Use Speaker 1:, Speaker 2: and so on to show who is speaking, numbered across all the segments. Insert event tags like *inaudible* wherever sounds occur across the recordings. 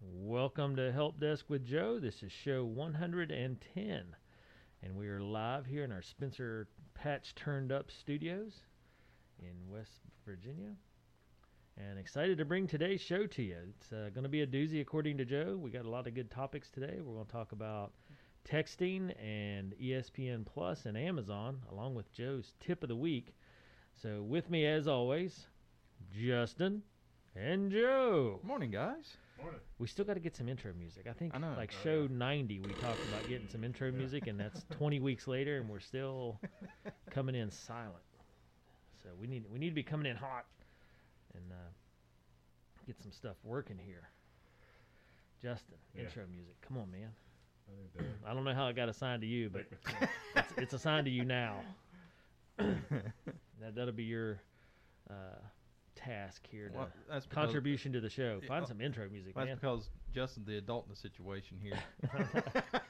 Speaker 1: Welcome to Help Desk with Joe. This is show 110, and we are live here in our Spencer Patch Turned Up Studios in West Virginia. And excited to bring today's show to you. It's uh, going to be a doozy, according to Joe. We got a lot of good topics today. We're going to talk about texting and E ESPN Plus and Amazon, along with Joe's tip of the week. So, with me, as always, Justin and Joe.
Speaker 2: Morning, *coughs* guys.
Speaker 1: We still got to get some intro music. I think
Speaker 2: I know.
Speaker 1: like
Speaker 3: Oh,
Speaker 1: show 90 we talked about getting some intro music and that's 20 weeks later and we're still coming in silent. So we need we need to be coming in hot and uh, get some stuff working here. Justin,
Speaker 3: Yeah.
Speaker 1: intro music. Come on, man.
Speaker 3: I
Speaker 1: *laughs*
Speaker 3: think that-
Speaker 1: I don't know how it got assigned to you,
Speaker 3: *laughs*
Speaker 1: but it's, it's assigned to you now. that that'll be your uh, task here. To
Speaker 2: Well, that's because-
Speaker 1: contribution to the show.
Speaker 2: Yeah,
Speaker 1: Find
Speaker 2: well,
Speaker 1: some intro music,
Speaker 2: That's
Speaker 1: man.
Speaker 2: because Justin's the adult in the situation
Speaker 1: *laughs*
Speaker 2: here. *laughs*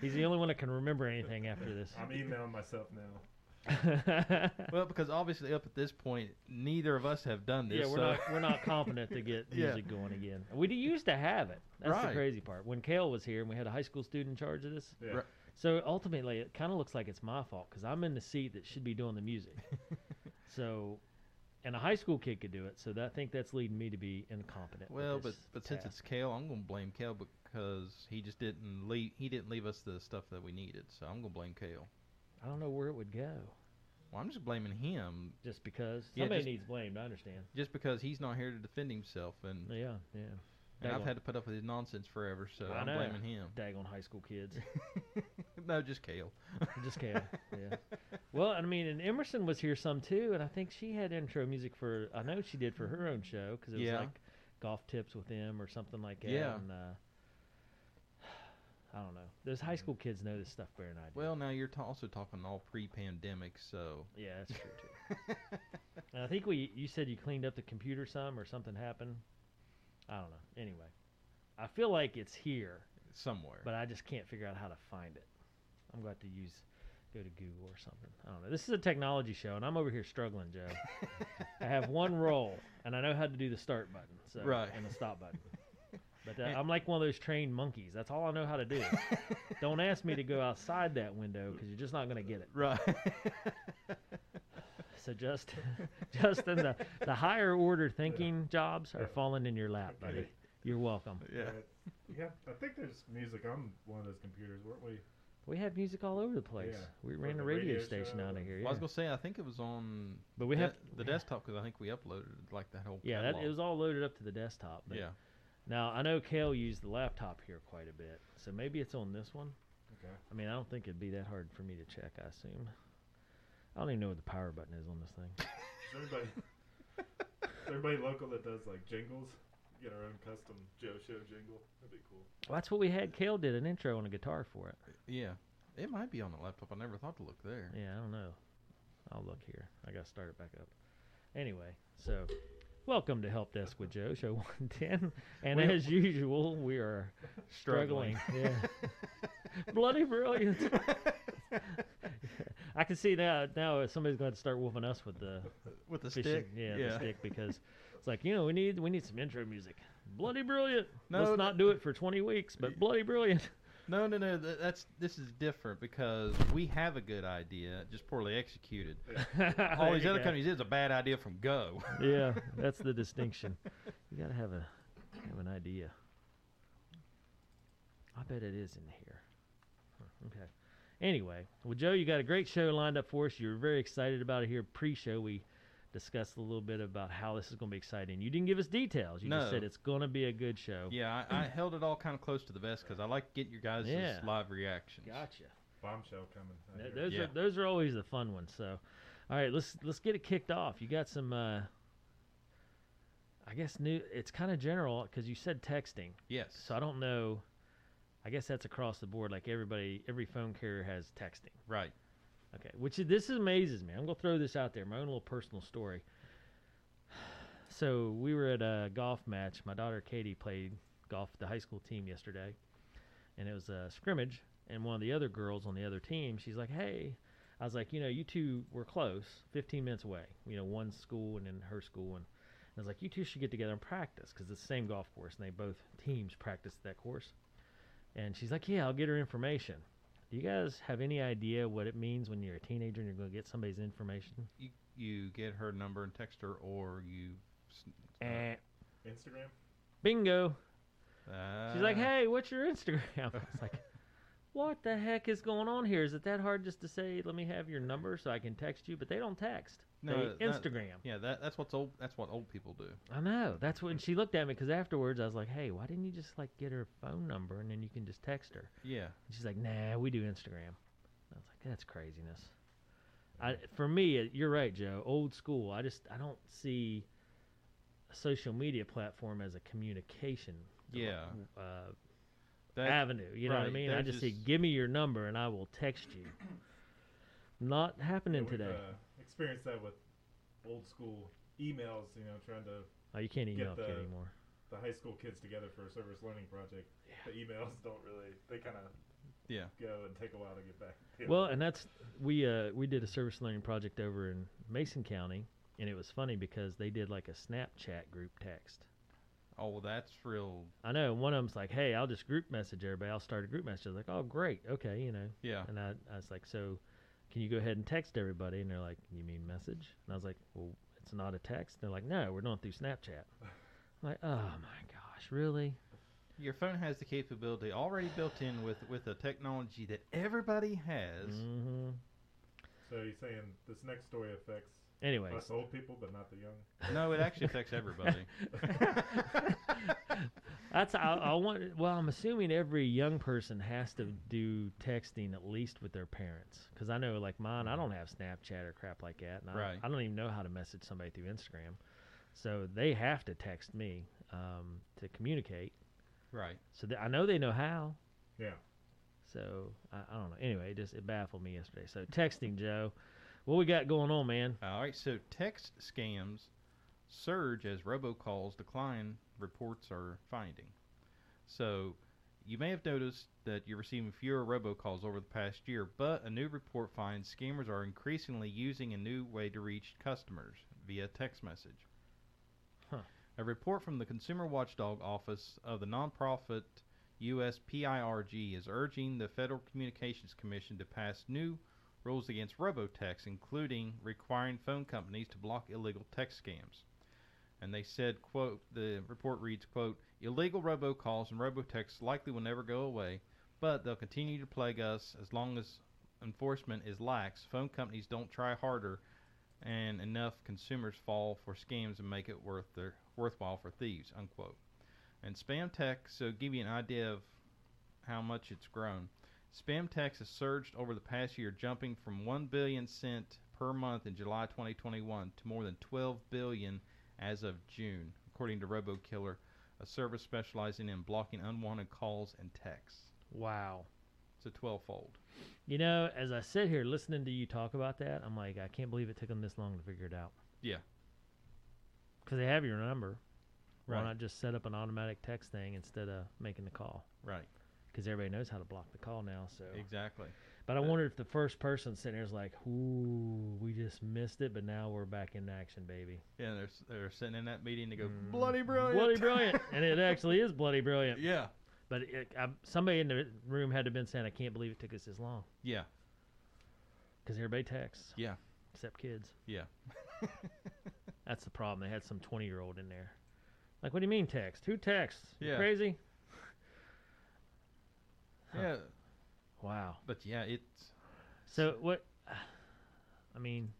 Speaker 1: He's the only one that can remember anything after this.
Speaker 3: I'm emailing myself now.
Speaker 1: *laughs*
Speaker 2: well, because obviously up at this point, neither of us have done this.
Speaker 1: yeah, we're
Speaker 2: so-
Speaker 1: not we're not confident to get
Speaker 2: Yeah.
Speaker 1: music going again. We d- used to have it. That's the
Speaker 2: Right.
Speaker 1: crazy part. When Kale was here and we had a high school student in charge of this,
Speaker 3: Yeah.
Speaker 2: Right.
Speaker 1: so ultimately it kind of looks like it's my fault because I'm in the seat that should be doing the music. so, and a high school kid could do it. So that, I think that's leading me to be incompetent. with
Speaker 2: *laughs* Well, but
Speaker 1: this
Speaker 2: but since it's
Speaker 1: task.
Speaker 2: Kale, I'm gonna blame Kale because he just didn't leave. He didn't leave us the stuff that we needed, so I'm gonna blame Kale.
Speaker 1: I don't know where it would go.
Speaker 2: Well, I'm just blaming him
Speaker 1: Just because
Speaker 2: Yeah,
Speaker 1: somebody
Speaker 2: just-
Speaker 1: needs blamed. I understand.
Speaker 2: just because he's not here to defend himself, and,
Speaker 1: Yeah, yeah.
Speaker 2: Mm. and I've
Speaker 1: Daggone-
Speaker 2: had to put up with his nonsense forever. So
Speaker 1: I
Speaker 2: I'm
Speaker 1: know.
Speaker 2: blaming *laughs* him.
Speaker 1: daggone high school kids.
Speaker 2: no, just Kale.
Speaker 1: Just Kale. Yeah. Well, I mean, and Emerson was here some too, and I think she had intro music for. I know she did for her own show because it was
Speaker 2: Yeah.
Speaker 1: like golf tips with him or something like that.
Speaker 2: Yeah.
Speaker 1: And, uh, *sighs* I don't know. Those high school kids know this stuff better than I do.
Speaker 2: Well, now you're t- also talking all pre-pandemic, so
Speaker 1: yeah, that's true too.
Speaker 2: *laughs*
Speaker 1: and I think we you said you cleaned up the computer some or something happened. I don't know. Anyway, I feel like it's here,
Speaker 2: somewhere. *laughs*
Speaker 1: but I just can't figure out how to find it. I'm going to have to use go to Google or something. I don't know. This is a technology show, and I'm over here struggling, Joe. I have one role, and I know how to do the start button, so
Speaker 2: Right.
Speaker 1: and the stop
Speaker 2: *laughs*
Speaker 1: button. But
Speaker 2: And-
Speaker 1: that, I'm like one of those trained monkeys. That's all I know how to do. don't ask me to go outside that window because you're just not going to get it. *laughs*
Speaker 2: right. *laughs*
Speaker 1: So just, *laughs* Justin, the, the higher order thinking jobs are falling in your lap, buddy. You're welcome.
Speaker 2: yeah.
Speaker 3: But, yeah. I think there's music on one of those computers, weren't we?
Speaker 1: We have music all over the place.
Speaker 3: Yeah.
Speaker 1: We
Speaker 3: Or
Speaker 1: ran
Speaker 3: the
Speaker 1: a radio,
Speaker 3: radio
Speaker 1: station
Speaker 3: show
Speaker 1: out of
Speaker 3: and-
Speaker 1: here.
Speaker 2: Well, I was
Speaker 1: yeah.
Speaker 2: gonna say I think it was on
Speaker 1: But we
Speaker 2: de-
Speaker 1: have
Speaker 2: the desktop because I think we uploaded like that whole
Speaker 1: Yeah, that, it
Speaker 2: catalog.
Speaker 1: was all loaded up to the desktop. But
Speaker 2: yeah
Speaker 1: Now I know Kale used the laptop here quite a bit, so maybe it's on this one.
Speaker 3: Okay.
Speaker 1: I mean, I don't think it'd be that hard for me to check. I assume. I don't even know what the power button is on this thing.
Speaker 3: Is everybody, is everybody local that does like jingles, get our own custom Joe Show jingle. That'd be cool.
Speaker 1: Well, that's what we had. Kale did an intro on a guitar for it.
Speaker 2: yeah. It might be on the laptop. I never thought to look there.
Speaker 1: Yeah, I don't know. I'll look here. I gotta start it back up. Anyway, so welcome to Help Desk with Joe, show *laughs* 110. And
Speaker 2: We-
Speaker 1: as usual, we are struggling.
Speaker 2: *laughs*
Speaker 1: Yeah. Bloody brilliant. I can see now. Now somebody's going to start wolfing us with the
Speaker 2: with the
Speaker 1: fishing,
Speaker 2: stick.
Speaker 1: yeah, the stick because it's like you know we need we need some intro music. Bloody brilliant.
Speaker 2: No,
Speaker 1: Let's
Speaker 2: th-
Speaker 1: not do it for 20 weeks, but bloody brilliant. *laughs*
Speaker 2: No, no, no. th- That's this is different because we have a good idea, just poorly executed. All
Speaker 1: There
Speaker 2: these
Speaker 1: you
Speaker 2: other
Speaker 1: go.
Speaker 2: companies is a bad idea from go. *laughs*
Speaker 1: yeah, that's the distinction. You gotta have a have an idea. I bet it is in here. Huh, Okay. Anyway, well, Joe, you got a great show lined up for us. You're very excited about it here. Pre-show, we discussed a little bit about how this is going to be exciting. You didn't give us details. You just said
Speaker 2: No.
Speaker 1: it's going to be a good show.
Speaker 2: yeah, I, I held it all kind of close to the vest because I like getting your guys'
Speaker 1: Yeah.
Speaker 2: live reactions.
Speaker 1: Gotcha.
Speaker 3: Bombshell coming. I
Speaker 1: Th-
Speaker 3: hear.
Speaker 1: Those
Speaker 2: Yeah.
Speaker 1: are those are always the fun ones. So, all right, let's let's get it kicked off. You got some. Uh, I guess new. It's kind of general because you said texting.
Speaker 2: Yes.
Speaker 1: So I don't know. I guess that's across the board. Like everybody, every phone carrier has texting.
Speaker 2: right.
Speaker 1: Okay, which is, this amazes me. I'm gonna throw this out there. My own little personal story. So we were at a golf match. My daughter Katie played golf with the high school team yesterday, and it was a scrimmage. And one of the other girls on the other team, she's like, "Hey," I was like, "You know, you two were close, 15 minutes away. You know, one school and then her school." And I was like, you two should get together and practice because it's the same golf course, and they both teams practice that course. And she's like, yeah, I'll get her information. Do you guys have any idea what it means when you're a teenager and you're going to get somebody's information?
Speaker 2: You you get her number and text her, or you. s-
Speaker 1: Eh.
Speaker 3: Instagram?
Speaker 1: Bingo.
Speaker 2: Uh,
Speaker 1: She's like, hey, what's your Instagram? *laughs* I was like, what the heck is going on here? Is it that hard just to say, let me have your number so I can text you? But they don't text.
Speaker 2: No,
Speaker 1: they
Speaker 2: that-
Speaker 1: Instagram.
Speaker 2: Yeah, that, that's what's old. That's what old people do.
Speaker 1: I know. That's when she looked at me because afterwards I was like, hey, why didn't you just like get her phone number and then you can just text her?
Speaker 2: Yeah.
Speaker 1: And she's like, nah, we do Instagram. And I was like, that's craziness. I, for me, it- you're right, Joe. Old school. I just I don't see a social media platform as a communication devi-
Speaker 2: Yeah.
Speaker 1: uh,
Speaker 2: That,
Speaker 1: avenue. You know what I
Speaker 2: right,
Speaker 1: mean? I
Speaker 2: they're
Speaker 1: just, say,
Speaker 2: just-
Speaker 1: give me your number and I will text you. Not happening
Speaker 3: Yeah, we've,
Speaker 1: today.
Speaker 3: Uh, experienced that with old school emails, you know, trying to
Speaker 1: oh, you can't email
Speaker 3: the-
Speaker 1: kid anymore.
Speaker 3: the high school kids together for a service learning project. The emails don't really, they kind of
Speaker 2: yeah.
Speaker 3: go and take a while to get back. Yeah.
Speaker 1: Well, and that's we uh, we did a service learning project over in Mason County, and it was funny because they did like a Snapchat group text.
Speaker 2: Oh, well, that's real.
Speaker 1: I know one of them's like, "Hey, I'll just group message everybody. I'll start a group message." I was like, "Oh, great, okay, you know."
Speaker 2: Yeah.
Speaker 1: And I, I was like, "So, can you go ahead and text everybody?" And they're like, "You mean message?" And I was like, "Well, it's not a text." they're like, "No, we're doing it through Snapchat." I'm like, "Oh my gosh, really?"
Speaker 2: Your phone has the capability already built in with with a technology that everybody has.
Speaker 1: hmm
Speaker 3: so you're saying this next story affects
Speaker 1: Anyways,
Speaker 3: us old people, but not the young?
Speaker 2: No, it actually affects everybody. *laughs*
Speaker 1: That's I, I want. Well, I'm assuming every young person has to do texting at least with their parents, because I know like mine, I don't have Snapchat or crap like that, and I,
Speaker 2: Right.
Speaker 1: I don't even know how to message somebody through Instagram, so they have to text me um, to communicate.
Speaker 2: right.
Speaker 1: So th- I know they know how.
Speaker 3: Yeah.
Speaker 1: So I, I don't know. Anyway, it just it baffled me yesterday. So texting, Joe, what we got going on, man?
Speaker 2: All right. So text scams surge as robocalls decline. Reports are finding. So you may have noticed that you're receiving fewer robocalls over the past year, but a new report finds scammers are increasingly using a new way to reach customers via text message.
Speaker 1: Huh.
Speaker 2: A report from the Consumer Watchdog Office of the nonprofit USPIRG is urging the Federal Communications Commission to pass new rules against robotext, including requiring phone companies to block illegal text scams. And they said, quote, the report reads, quote, illegal robocalls and robotexts likely will never go away, but they'll continue to plague us as long as enforcement is lax, phone companies don't try harder, and enough consumers fall for scams and make it worth their worthwhile for thieves, unquote. And spam text, so give you an idea of how much it's grown. Spam tax has surged over the past year, jumping from 1 billion cent per month in July 2021 to more than 12 billion as of June, according to RoboKiller, a service specializing in blocking unwanted calls and texts.
Speaker 1: Wow.
Speaker 2: It's a 12-fold.
Speaker 1: You know, as I sit here listening to you talk about that, I'm like, I can't believe it took them this long to figure it out.
Speaker 2: Yeah.
Speaker 1: Because they have your number.
Speaker 2: Right.
Speaker 1: Why not just set up an automatic text thing instead of making the call?
Speaker 2: Right.
Speaker 1: Because everybody knows how to block the call now. So,
Speaker 2: Exactly.
Speaker 1: but I
Speaker 2: uh,
Speaker 1: wonder if the first person sitting there is like, "Ooh, we just missed it, but now we're back in action, baby."
Speaker 2: Yeah, they're, s- they're sitting in that meeting to go,
Speaker 1: Mm.
Speaker 2: bloody brilliant.
Speaker 1: Bloody
Speaker 2: *laughs*
Speaker 1: brilliant, and it actually is bloody brilliant.
Speaker 2: yeah.
Speaker 1: But it, I, somebody in the room had to have been saying, "I can't believe it took us this long."
Speaker 2: Yeah.
Speaker 1: Because everybody texts.
Speaker 2: Yeah.
Speaker 1: Except kids.
Speaker 2: Yeah.
Speaker 1: That's the problem. They had some 20 year old in there. Like, what do you mean text? Who texts? You
Speaker 2: Yeah.
Speaker 1: crazy? Huh.
Speaker 2: Yeah.
Speaker 1: Wow.
Speaker 2: But yeah, it's
Speaker 1: So, what? *sighs* I mean,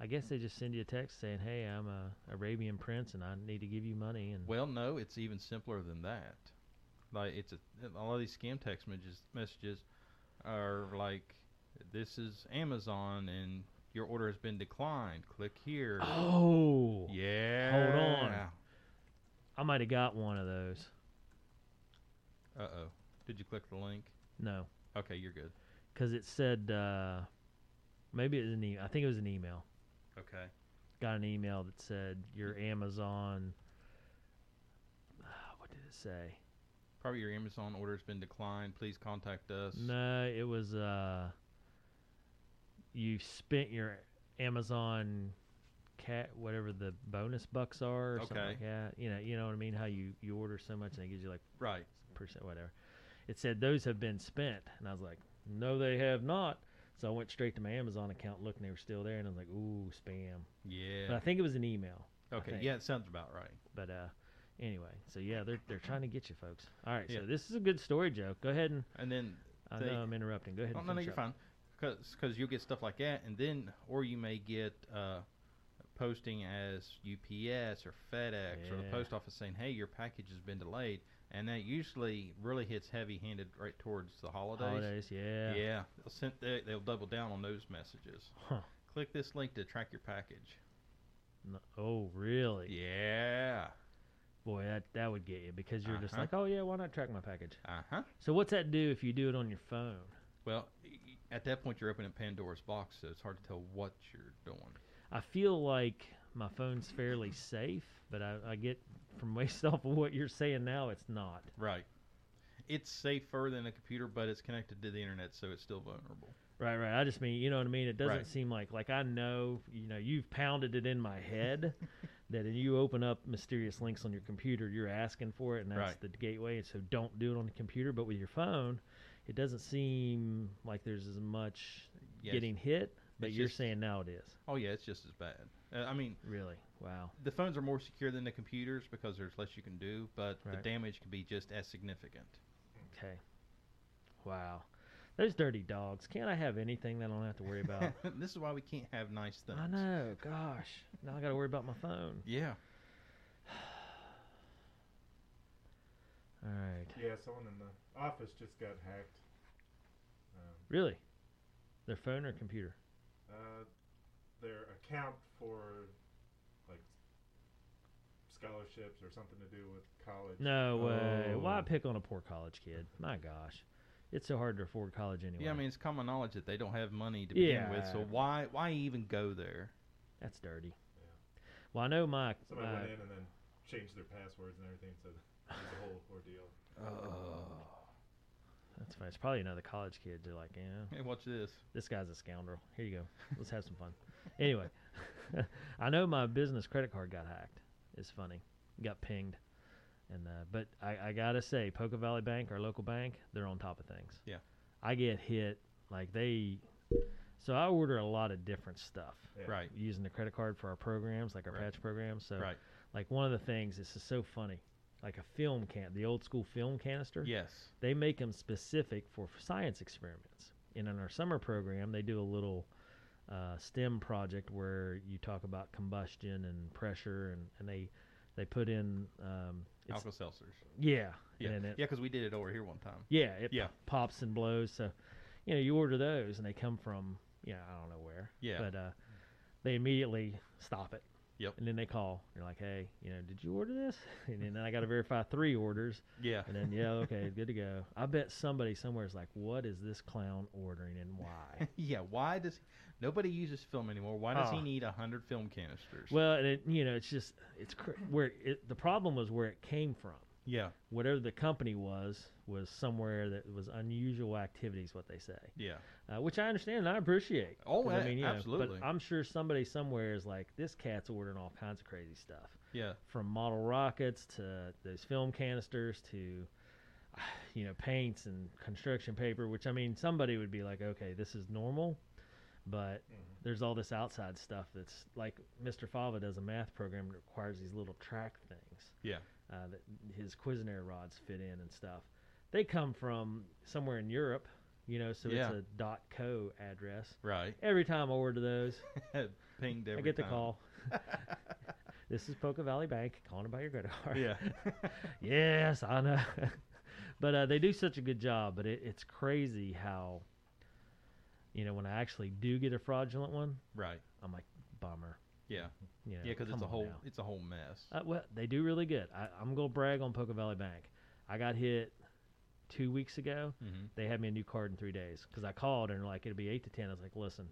Speaker 1: I guess they just send you a text saying, hey, I'm a Arabian prince and I need to give you money. And
Speaker 2: Well, no, it's even simpler than that. Like it's a, all of these scam text messages, messages are like, "This is Amazon and your order has been declined. Click here."
Speaker 1: Oh.
Speaker 2: Yeah.
Speaker 1: I might have got one of those.
Speaker 2: Uh oh. Did you click the link?
Speaker 1: No.
Speaker 2: Okay, you're good.
Speaker 1: Because it said, uh, maybe it was an e- I think it was an email.
Speaker 2: Okay.
Speaker 1: got an email that said your Amazon. ah, What did it say?
Speaker 2: Probably your Amazon order has been declined. Please contact us.
Speaker 1: No, it was uh. You spent your Amazon cat whatever the bonus bucks are or something
Speaker 2: Okay.
Speaker 1: like that. You know, you know what I mean? How you you order so much and it gives you like
Speaker 2: Right.
Speaker 1: percent whatever. It said those have been spent, and I was like, no, they have not. So I went straight to my Amazon account, looked, and they were still there, and I was like, ooh, spam. But I
Speaker 2: Yeah.
Speaker 1: think it was an email.
Speaker 2: Okay.
Speaker 1: think-
Speaker 2: Yeah, it sounds about right.
Speaker 1: But uh, anyway, so yeah, they're they're trying to get you folks. All right,
Speaker 2: Yeah.
Speaker 1: so this is a good story, Joe. Go ahead and
Speaker 2: And then
Speaker 1: I
Speaker 2: They-
Speaker 1: know I'm interrupting. Go ahead.
Speaker 2: Oh,
Speaker 1: and
Speaker 2: no, no,
Speaker 1: finish
Speaker 2: you're
Speaker 1: up.
Speaker 2: fine. Because you'll get stuff like that, and then, or you may get uh, posting as UPS or FedEx or the
Speaker 1: Yeah.
Speaker 2: post office saying, hey, your package has been delayed. And that usually really hits heavy handed right towards the holidays.
Speaker 1: Holidays, yeah.
Speaker 2: Yeah. They'll, send, they, they'll double down on those messages.
Speaker 1: Huh.
Speaker 2: Click this link to track your package.
Speaker 1: No- oh, really?
Speaker 2: Yeah.
Speaker 1: Boy, that that would get you because you're just
Speaker 2: Uh-huh.
Speaker 1: like, oh yeah, why not track my package?
Speaker 2: Uh huh.
Speaker 1: So what's that do if you do it on your phone?
Speaker 2: Well, y- y- at that point, you're opening Pandora's box, so it's hard to tell what you're doing.
Speaker 1: I feel like my phone's fairly safe, but I, I get from *laughs* based off of what you're saying now, it's not.
Speaker 2: Right. It's safer than a computer, but it's connected to the internet, so it's still vulnerable.
Speaker 1: Right, right. I just mean, you know what I mean. It doesn't
Speaker 2: Right.
Speaker 1: seem like like I know, you know, you've pounded it in my
Speaker 2: *laughs*
Speaker 1: head that if you open up mysterious links on your computer, you're asking for it, and that's
Speaker 2: Right.
Speaker 1: the gateway. And so don't do it on the computer, but with your phone, it doesn't seem like there's as much
Speaker 2: Yes.
Speaker 1: getting hit. But
Speaker 2: It's
Speaker 1: you're
Speaker 2: just-
Speaker 1: saying now it is
Speaker 2: Oh yeah, it's just as bad. Uh, I mean,
Speaker 1: really wow.
Speaker 2: the phones are more secure than the computers because there's less you can do, but the
Speaker 1: Right.
Speaker 2: damage can be just as significant. *laughs*
Speaker 1: Okay, wow. Those dirty dogs. Can't I have anything that I don't have to worry
Speaker 2: *laughs*
Speaker 1: about?
Speaker 2: this is why we can't have nice things.
Speaker 1: I know. Gosh, now I got to worry about my phone.
Speaker 2: Yeah.
Speaker 1: All right.
Speaker 3: Yeah, someone in the office just got hacked. Um,
Speaker 1: Really? Their phone or computer?
Speaker 3: uh, their account for like scholarships or something to do with college.
Speaker 1: No way. Why
Speaker 2: Oh.
Speaker 1: pick on a poor college kid? My gosh. It's so hard to afford college anyway.
Speaker 2: Yeah, I mean it's common knowledge that they don't have money to begin with, so
Speaker 1: Yeah.
Speaker 2: why why even go there?
Speaker 1: That's dirty.
Speaker 3: Yeah.
Speaker 1: Well, I know my. uh,
Speaker 3: Somebody
Speaker 1: my-
Speaker 3: went in and then changed their passwords and everything, so it was a whole ordeal.
Speaker 1: that's fine. It's probably another college kid. They're like, yeah,
Speaker 2: *laughs* Hey, watch this.
Speaker 1: this guy's a scoundrel. Here you go. Let's have some
Speaker 2: *laughs*
Speaker 1: fun. Anyway, *laughs* I know my business credit card got hacked. It's funny. Got pinged. And uh, but I, I gotta say, Poca Valley Bank, our local bank, they're on top of things.
Speaker 2: Yeah.
Speaker 1: I get hit like they. So I order a lot of different stuff.
Speaker 3: Yeah.
Speaker 2: Right.
Speaker 1: using the credit card for our programs, like our
Speaker 2: Right.
Speaker 1: patch programs. So,
Speaker 2: Right.
Speaker 1: like one of the things, this is so funny, like a film can, the old school film canister.
Speaker 2: Yes.
Speaker 1: They make them specific for f- science experiments. And in our summer program, they do a little uh, STEM project where you talk about combustion and pressure, and, and they they put in um, it's,
Speaker 2: Alka Seltzers.
Speaker 1: yeah,
Speaker 2: Yeah.
Speaker 1: and then it,
Speaker 2: yeah, because we did it over here one time.
Speaker 1: yeah, it
Speaker 2: Yeah.
Speaker 1: p- pops and blows. So, you know, you order those and they come from, you know, I don't know where.
Speaker 2: Yeah.
Speaker 1: But uh, they immediately stop it.
Speaker 2: Yep.
Speaker 1: And then they call. They're like, hey, you know, did you order this? *laughs* And then I got to verify three orders.
Speaker 2: Yeah.
Speaker 1: And then,
Speaker 2: *laughs*
Speaker 1: yeah, okay, good to go. I bet somebody somewhere is like, what is this clown ordering and
Speaker 2: *laughs*
Speaker 1: why?
Speaker 2: yeah. Why does nobody uses film anymore? Why does he
Speaker 1: Ah.
Speaker 2: need a hundred film canisters?
Speaker 1: well, and it, you know, it's just, it's cr- where it, the problem was where it came from.
Speaker 2: yeah.
Speaker 1: Whatever the company was, was somewhere that was unusual activities, what they say.
Speaker 2: Yeah.
Speaker 1: uh, which I understand and I appreciate.
Speaker 2: Oh,
Speaker 1: 'Cause,
Speaker 2: a-
Speaker 1: you know,
Speaker 2: absolutely.
Speaker 1: but I'm sure somebody somewhere is like, this cat's ordering all kinds of crazy stuff,
Speaker 2: Yeah.
Speaker 1: from model rockets to those film canisters to, *sighs* you know, paints and construction paper. Which I mean, somebody would be like, okay, this is normal, but
Speaker 2: Mm-hmm.
Speaker 3: Mhm.
Speaker 1: there's all this outside stuff that's like Mr. Fava does a math program that requires these little track things.
Speaker 2: Yeah.
Speaker 1: Uh, that his Cuisenaire rods fit in and stuff. They come from somewhere in Europe, you know, so
Speaker 2: Yeah.
Speaker 1: it's a .co address.
Speaker 2: Right. *laughs*
Speaker 1: Every time I order those,
Speaker 2: Pinged every
Speaker 1: I get the
Speaker 2: time. *laughs*
Speaker 1: call. *laughs* this is Polka Valley Bank calling about your credit card.
Speaker 2: Yeah.
Speaker 1: *laughs* yes, I know. *laughs* but uh, they do such a good job. But it, it's crazy how, you know, when I actually do get a fraudulent one,
Speaker 2: *laughs* right.
Speaker 1: I'm like, bummer.
Speaker 2: Yeah.
Speaker 1: You know,
Speaker 2: Yeah, because it's
Speaker 1: come
Speaker 2: a
Speaker 1: on
Speaker 2: whole
Speaker 1: now.
Speaker 2: it's a whole mess.
Speaker 1: Uh, well, they do really good. I, I'm gonna brag on Poca Valley Bank. I got hit two weeks ago.
Speaker 2: hmm
Speaker 1: They had me a new card in three days because I called and they're like it'll be eight to ten. I was like, listen,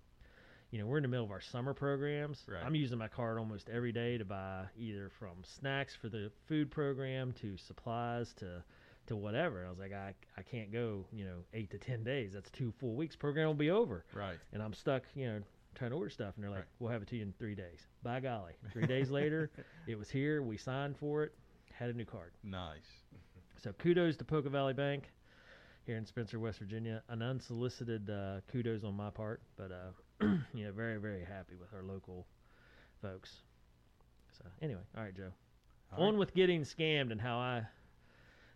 Speaker 1: you know we're in the middle of our summer programs.
Speaker 2: Right.
Speaker 1: I'm using my card almost every day to buy either from snacks for the food program to supplies to to whatever. I was like, I I can't go you know eight to ten days. That's two full weeks. Program will be over
Speaker 2: Right.
Speaker 1: and I'm stuck, you know, trying to order stuff, and they're like,
Speaker 2: Right.
Speaker 1: "We'll have it to you in three days." By golly, three
Speaker 2: *laughs*
Speaker 1: days later, it was here. We signed for it, had a new card.
Speaker 2: Nice.
Speaker 1: So kudos to Poca Valley Bank here in Spencer, West Virginia. An unsolicited uh, kudos on my part, but uh, *clears throat* you know, very very happy with our local folks. So anyway, all right, Joe.
Speaker 2: All
Speaker 1: on
Speaker 2: right.
Speaker 1: with getting scammed and how I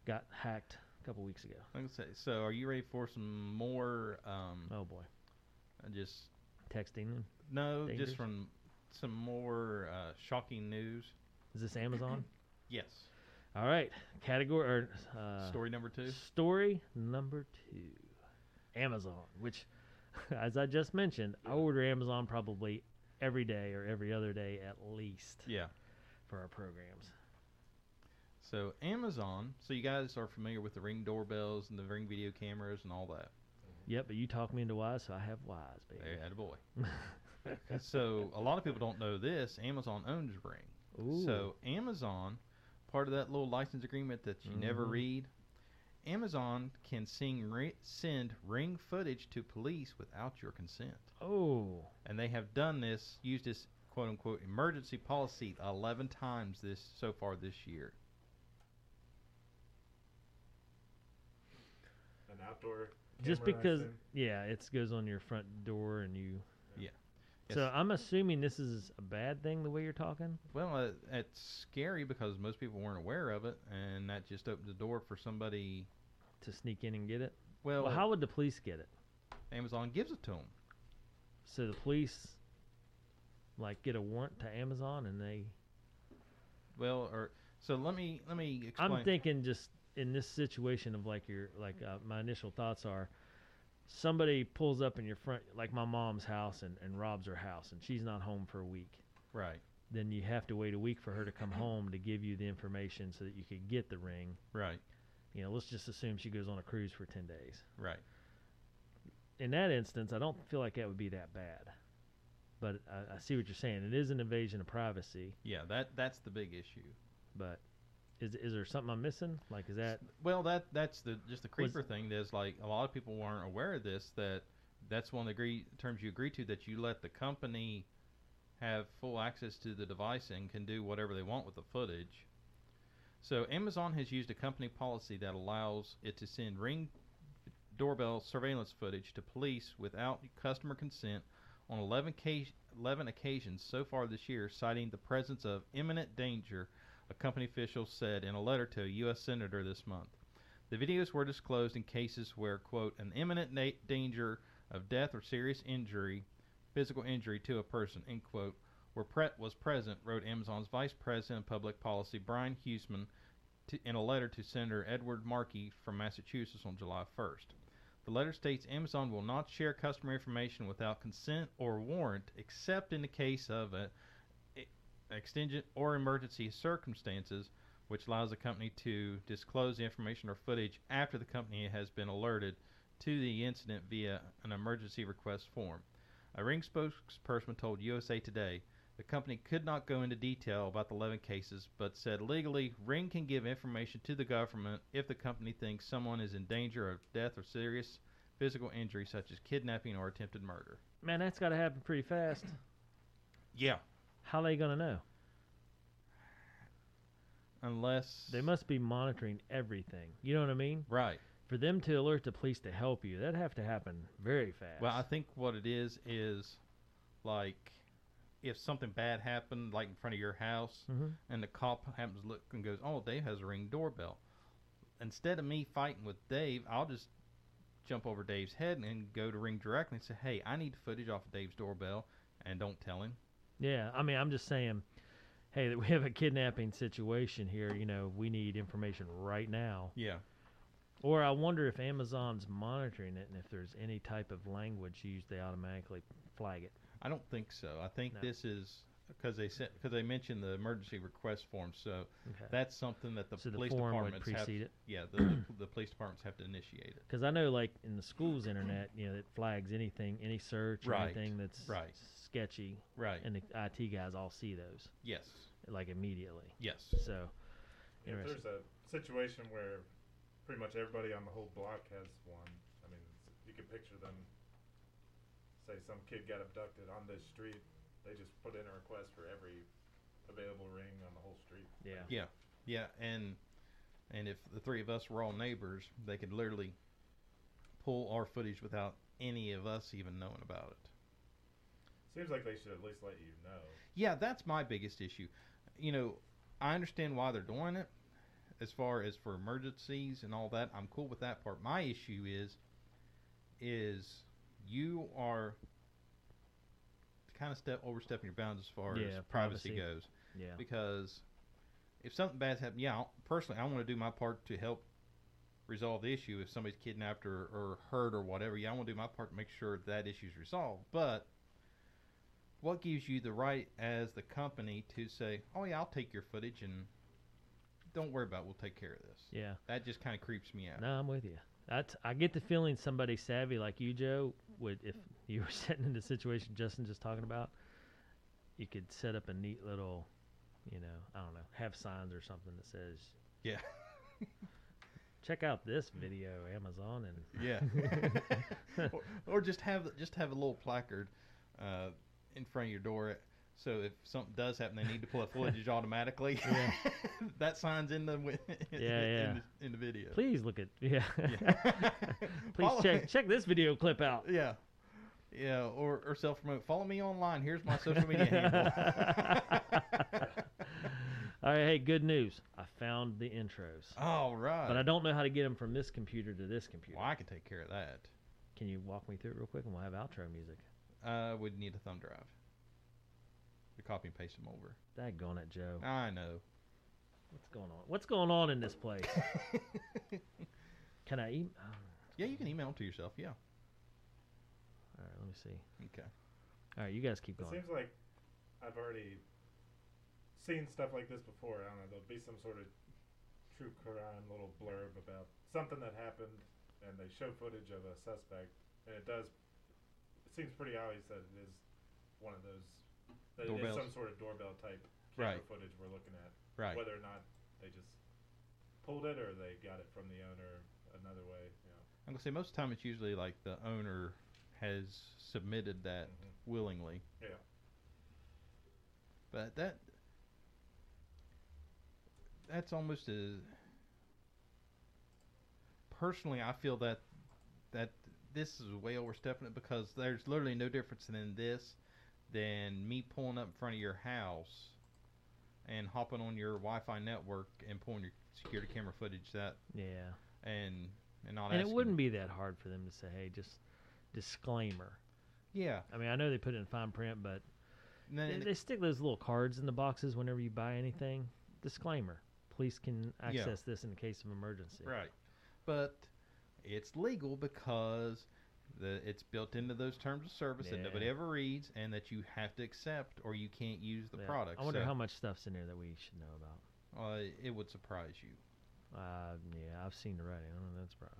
Speaker 1: got hacked a couple weeks ago.
Speaker 2: Like I say, so are you ready for some more? Um,
Speaker 1: Oh boy,
Speaker 2: uh, just
Speaker 1: texting.
Speaker 2: no,
Speaker 1: Dangerous?
Speaker 2: just from some more uh, shocking news.
Speaker 1: Is this Amazon?
Speaker 2: Yes.
Speaker 1: all right, category or uh,
Speaker 2: Story number two.
Speaker 1: Story number two Amazon, which, *laughs* as I just mentioned, I order Amazon probably every day or every other day at least
Speaker 2: Yeah.
Speaker 1: for our programs.
Speaker 2: So Amazon. So you guys are familiar with the Ring doorbells and the Ring video cameras and all that.
Speaker 1: Yep, but you talked me into wise, so I have wise, baby.
Speaker 2: They had a boy.
Speaker 1: *laughs*
Speaker 2: so a lot of people don't know this. Amazon owns Ring.
Speaker 1: Ooh.
Speaker 2: So Amazon, part of that little license agreement that you never
Speaker 1: Mhm.
Speaker 2: read, Amazon can sing, ri send Ring footage to police without your consent.
Speaker 1: oh,
Speaker 2: and they have done this, used this quote unquote emergency policy eleven times this so far this year.
Speaker 3: An outdoor.
Speaker 1: just
Speaker 3: camera, I
Speaker 1: because,
Speaker 3: assume.
Speaker 1: yeah, it goes on your front door and you.
Speaker 2: Yeah.
Speaker 1: So
Speaker 2: Yes.
Speaker 1: I'm assuming this is a bad thing the way you're talking.
Speaker 2: Well, uh, it's scary because most people weren't aware of it, and that just opened the door for somebody.
Speaker 1: To sneak in and get it.
Speaker 2: Well,
Speaker 1: Well, how would the police get it?
Speaker 2: Amazon gives it to them.
Speaker 1: So the police, like, get a warrant to Amazon and they
Speaker 2: Well, or so let me let me explain.
Speaker 1: I'm thinking just in this situation of like your like uh, my initial thoughts are somebody pulls up in your front like my mom's house and, and robs her house and she's not home for a week
Speaker 2: right,
Speaker 1: then you have to wait a week for her to come home to give you the information so that you could get the ring
Speaker 2: right,
Speaker 1: you know let's just assume she goes on a cruise for 10 days
Speaker 2: right.
Speaker 1: in that instance i don't feel like that would be that bad but I, I see what you're saying it is an invasion of privacy
Speaker 2: Yeah, that that's the big issue.
Speaker 1: but is, is there something i'm missing like is that
Speaker 2: Well, that that's the just the creeper thing. There's like a lot of people weren't aware of this. That that's one of the agree, terms you agree to that you let the company have full access to the device and can do whatever they want with the footage. So Amazon has used a company policy that allows it to send ring doorbell surveillance footage to police without customer consent on 11, ca- 11 occasions so far this year, citing the presence of imminent danger, a company official said in a letter to a U.S. senator this month. The videos were disclosed in cases where, quote, an imminent na- danger of death or serious injury, physical injury to a person, end quote, were pre- was present, wrote Amazon's vice president of public policy, Brian Huseman, to, in a letter to Senator Edward Markey from Massachusetts on July 1st. The letter states Amazon will not share customer information without consent or warrant, except in the case of a, e- extingent or emergency circumstances, which allows the company to disclose the information or footage after the company has been alerted to the incident via an emergency request form. A Ring spokesperson told USA Today the company could not go into detail about the 11 cases, but said legally, Ring can give information to the government if the company thinks someone is in danger of death or serious physical injury, such as kidnapping or attempted murder.
Speaker 1: man that's got to happen pretty fast
Speaker 2: Yeah.
Speaker 1: how they gonna know
Speaker 2: Unless.
Speaker 1: They must be monitoring everything. You know what I mean?
Speaker 2: Right.
Speaker 1: For them to alert the police to help you, that'd have to happen very fast.
Speaker 2: Well, I think what it is is like if something bad happened, like in front of your house,
Speaker 1: Mhm.
Speaker 2: and the cop happens to look and goes, "Oh, Dave has a ring doorbell." Instead of me fighting with Dave, I'll just jump over Dave's head and go to Ring directly and say, "Hey, I need footage off of Dave's doorbell," and don't tell him.
Speaker 1: yeah, I mean, I'm just saying, hey, that *laughs* we have a kidnapping situation here. You know, we need information right now.
Speaker 2: Yeah,
Speaker 1: Or I wonder if Amazon's monitoring it and if there's any type of language used, they automatically flag it.
Speaker 2: I don't think so. I think
Speaker 1: No.
Speaker 2: this is because they said because they mentioned the emergency request form, so
Speaker 1: Okay.
Speaker 2: that's something that the
Speaker 1: So the
Speaker 2: police
Speaker 1: form would
Speaker 2: departments have.
Speaker 1: precede it?
Speaker 2: Yeah, the, the, the police departments have to initiate it.
Speaker 1: Because I know, like in the school's internet, you know, it flags anything, any search, or
Speaker 2: Right,
Speaker 1: anything that's
Speaker 2: right.
Speaker 1: sketchy,
Speaker 2: Right.
Speaker 1: and the IT guys all see those
Speaker 2: Yes.
Speaker 1: like immediately.
Speaker 2: Yes.
Speaker 1: So,
Speaker 3: If
Speaker 1: interesting.
Speaker 3: there's a situation where pretty much everybody on the whole block has one, I mean, it's, you can picture them. So say some kid got abducted on this street, they just put in a request for every available ring on the whole street.
Speaker 1: Yeah.
Speaker 2: Yeah, yeah, and and if the three of us were all neighbors, they could literally pull our footage without any of us even knowing about it.
Speaker 3: Seems like they should at least let you know.
Speaker 2: Yeah, that's my biggest issue. You know, I understand why they're doing it. As far as for emergencies and all that, I'm cool with that part. My issue is, is you are kind of step overstepping your bounds as far as
Speaker 1: Yeah,
Speaker 2: privacy,
Speaker 1: privacy.
Speaker 2: goes.
Speaker 1: Yeah.
Speaker 2: Because if something bad's happened, yeah, I'll- personally, I want to do my part to help resolve the issue. If somebody's kidnapped or, or hurt or whatever, yeah, I want to do my part to make sure that issue's resolved. But what gives you the right as the company to say, oh, yeah, I'll take your footage and don't worry about it. We'll take care of this.
Speaker 1: Yeah.
Speaker 2: That just kind of creeps me out.
Speaker 1: No, I'm with you. That's, I get the feeling somebody savvy like you, Joe, would if you were *laughs* sitting in the situation Justin just talking about, you could set up a neat little, you know, I don't know, have signs or something that says,
Speaker 2: Yeah.
Speaker 1: *laughs* check out this video, Amazon, and
Speaker 2: Yeah. or, or just have just have a little placard uh, in front of your door. So if something does happen, they need to pull
Speaker 1: *laughs*
Speaker 2: a footage automatically.
Speaker 1: Yeah.
Speaker 2: *laughs* that sign's in the wi- *laughs* in,
Speaker 1: Yeah, yeah.
Speaker 2: in the, in the video.
Speaker 1: *laughs* please look at yeah,
Speaker 2: Yeah.
Speaker 1: *laughs*
Speaker 2: *laughs*
Speaker 1: please
Speaker 2: Follow-
Speaker 1: check check this video clip out.
Speaker 2: *laughs* Yeah, yeah, or or self promote. Follow me online. Here's my social media
Speaker 1: *laughs*
Speaker 2: handle.
Speaker 1: All right, hey, good news. I found the intros,
Speaker 2: *laughs* All right.
Speaker 1: but I don't know how to get them from this computer to this computer.
Speaker 2: Well, I can take care of that.
Speaker 1: Can you walk me through it real quick, and we'll have outro music.
Speaker 2: Uh, we'd need a thumb drive. To copy and paste them over.
Speaker 1: Daggone it, Joe.
Speaker 2: I know.
Speaker 1: What's going on? What's going on in this place? Can I e-, oh, eat?
Speaker 2: *laughs* yeah, you can email 'em to yourself. Yeah.
Speaker 1: All right, let me see.
Speaker 2: Okay.
Speaker 1: All right, you guys keep
Speaker 3: It
Speaker 1: going.
Speaker 3: seems like I've already seen stuff like this before. I don't know. There'll be some sort of true crime little blurb about something that happened, and they show footage of a suspect, and it does. It seems pretty obvious that it is one of those. That it is
Speaker 2: Doorbells.
Speaker 3: some sort of doorbell type camera
Speaker 2: Right.
Speaker 3: footage we're looking at.
Speaker 2: Right.
Speaker 3: Whether or not they just pulled it or they got it from the owner another way. You know.
Speaker 2: I'm gonna say most of the time it's usually like the owner has submitted that
Speaker 3: Mhm.
Speaker 2: willingly.
Speaker 3: Yeah.
Speaker 2: But that that's almost a personally I feel that that this is way overstepping it because there's literally no difference in this than me pulling up in front of your house and hopping on your Wi-Fi network and pulling your security camera footage that
Speaker 1: Yeah,
Speaker 2: and and not
Speaker 1: and it
Speaker 2: asking-
Speaker 1: wouldn't be that hard for them to say, "Hey, just disclaimer."
Speaker 2: yeah
Speaker 1: I mean, I know they put it in fine print, but
Speaker 2: and then
Speaker 1: they,
Speaker 2: it-
Speaker 1: they stick those little cards in the boxes whenever you buy anything. Disclaimer: Police can
Speaker 2: Yeah.
Speaker 1: access this in case of emergency.
Speaker 2: Right. But it's legal because the, it's built into those terms of service that
Speaker 1: Yeah.
Speaker 2: nobody ever reads and that you have to accept or you can't use the
Speaker 1: Yeah.
Speaker 2: product.
Speaker 1: I wonder
Speaker 2: so,
Speaker 1: how much stuff's in there that we should know about.
Speaker 2: uh, it would surprise you.
Speaker 1: Uh, yeah, I've seen the writing. I don't know that's probably.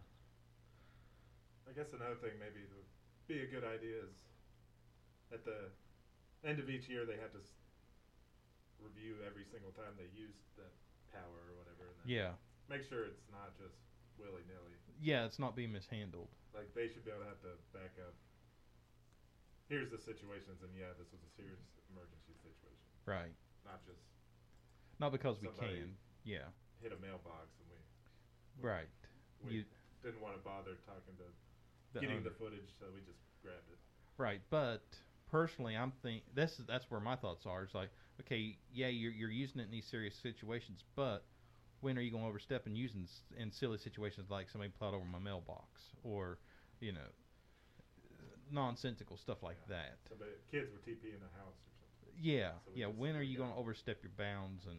Speaker 3: I guess another thing maybe that would be a good idea is at the end of each year they have to s- review every single time they used that power or whatever, and then
Speaker 2: Yeah.
Speaker 3: make sure it's not just willy nilly.
Speaker 2: Yeah, it's not being mishandled.
Speaker 3: Like they should be able to have to back up. Here's the situations, and yeah, this was a serious emergency situation,
Speaker 2: Right.
Speaker 3: not just
Speaker 2: Not because we
Speaker 3: Somebody-
Speaker 2: can. Yeah.
Speaker 3: hit a mailbox and we,
Speaker 2: Right.
Speaker 3: we
Speaker 2: You,
Speaker 3: didn't want to bother talking to
Speaker 2: the
Speaker 3: getting
Speaker 2: owner.
Speaker 3: the footage, so we just grabbed it.
Speaker 2: Right, but personally, I'm think that's that's where my thoughts are. It's like, okay, yeah, you're you're using it in these serious situations, but when are you going to overstep and using s- in silly situations like somebody plowed over my mailbox or, you know, nonsensical stuff like that?
Speaker 3: Somebody, kids were TP in the house or something.
Speaker 2: Yeah,
Speaker 3: So we
Speaker 2: yeah.
Speaker 3: just
Speaker 2: When are
Speaker 3: look
Speaker 2: you going to
Speaker 3: out.
Speaker 2: overstep your bounds and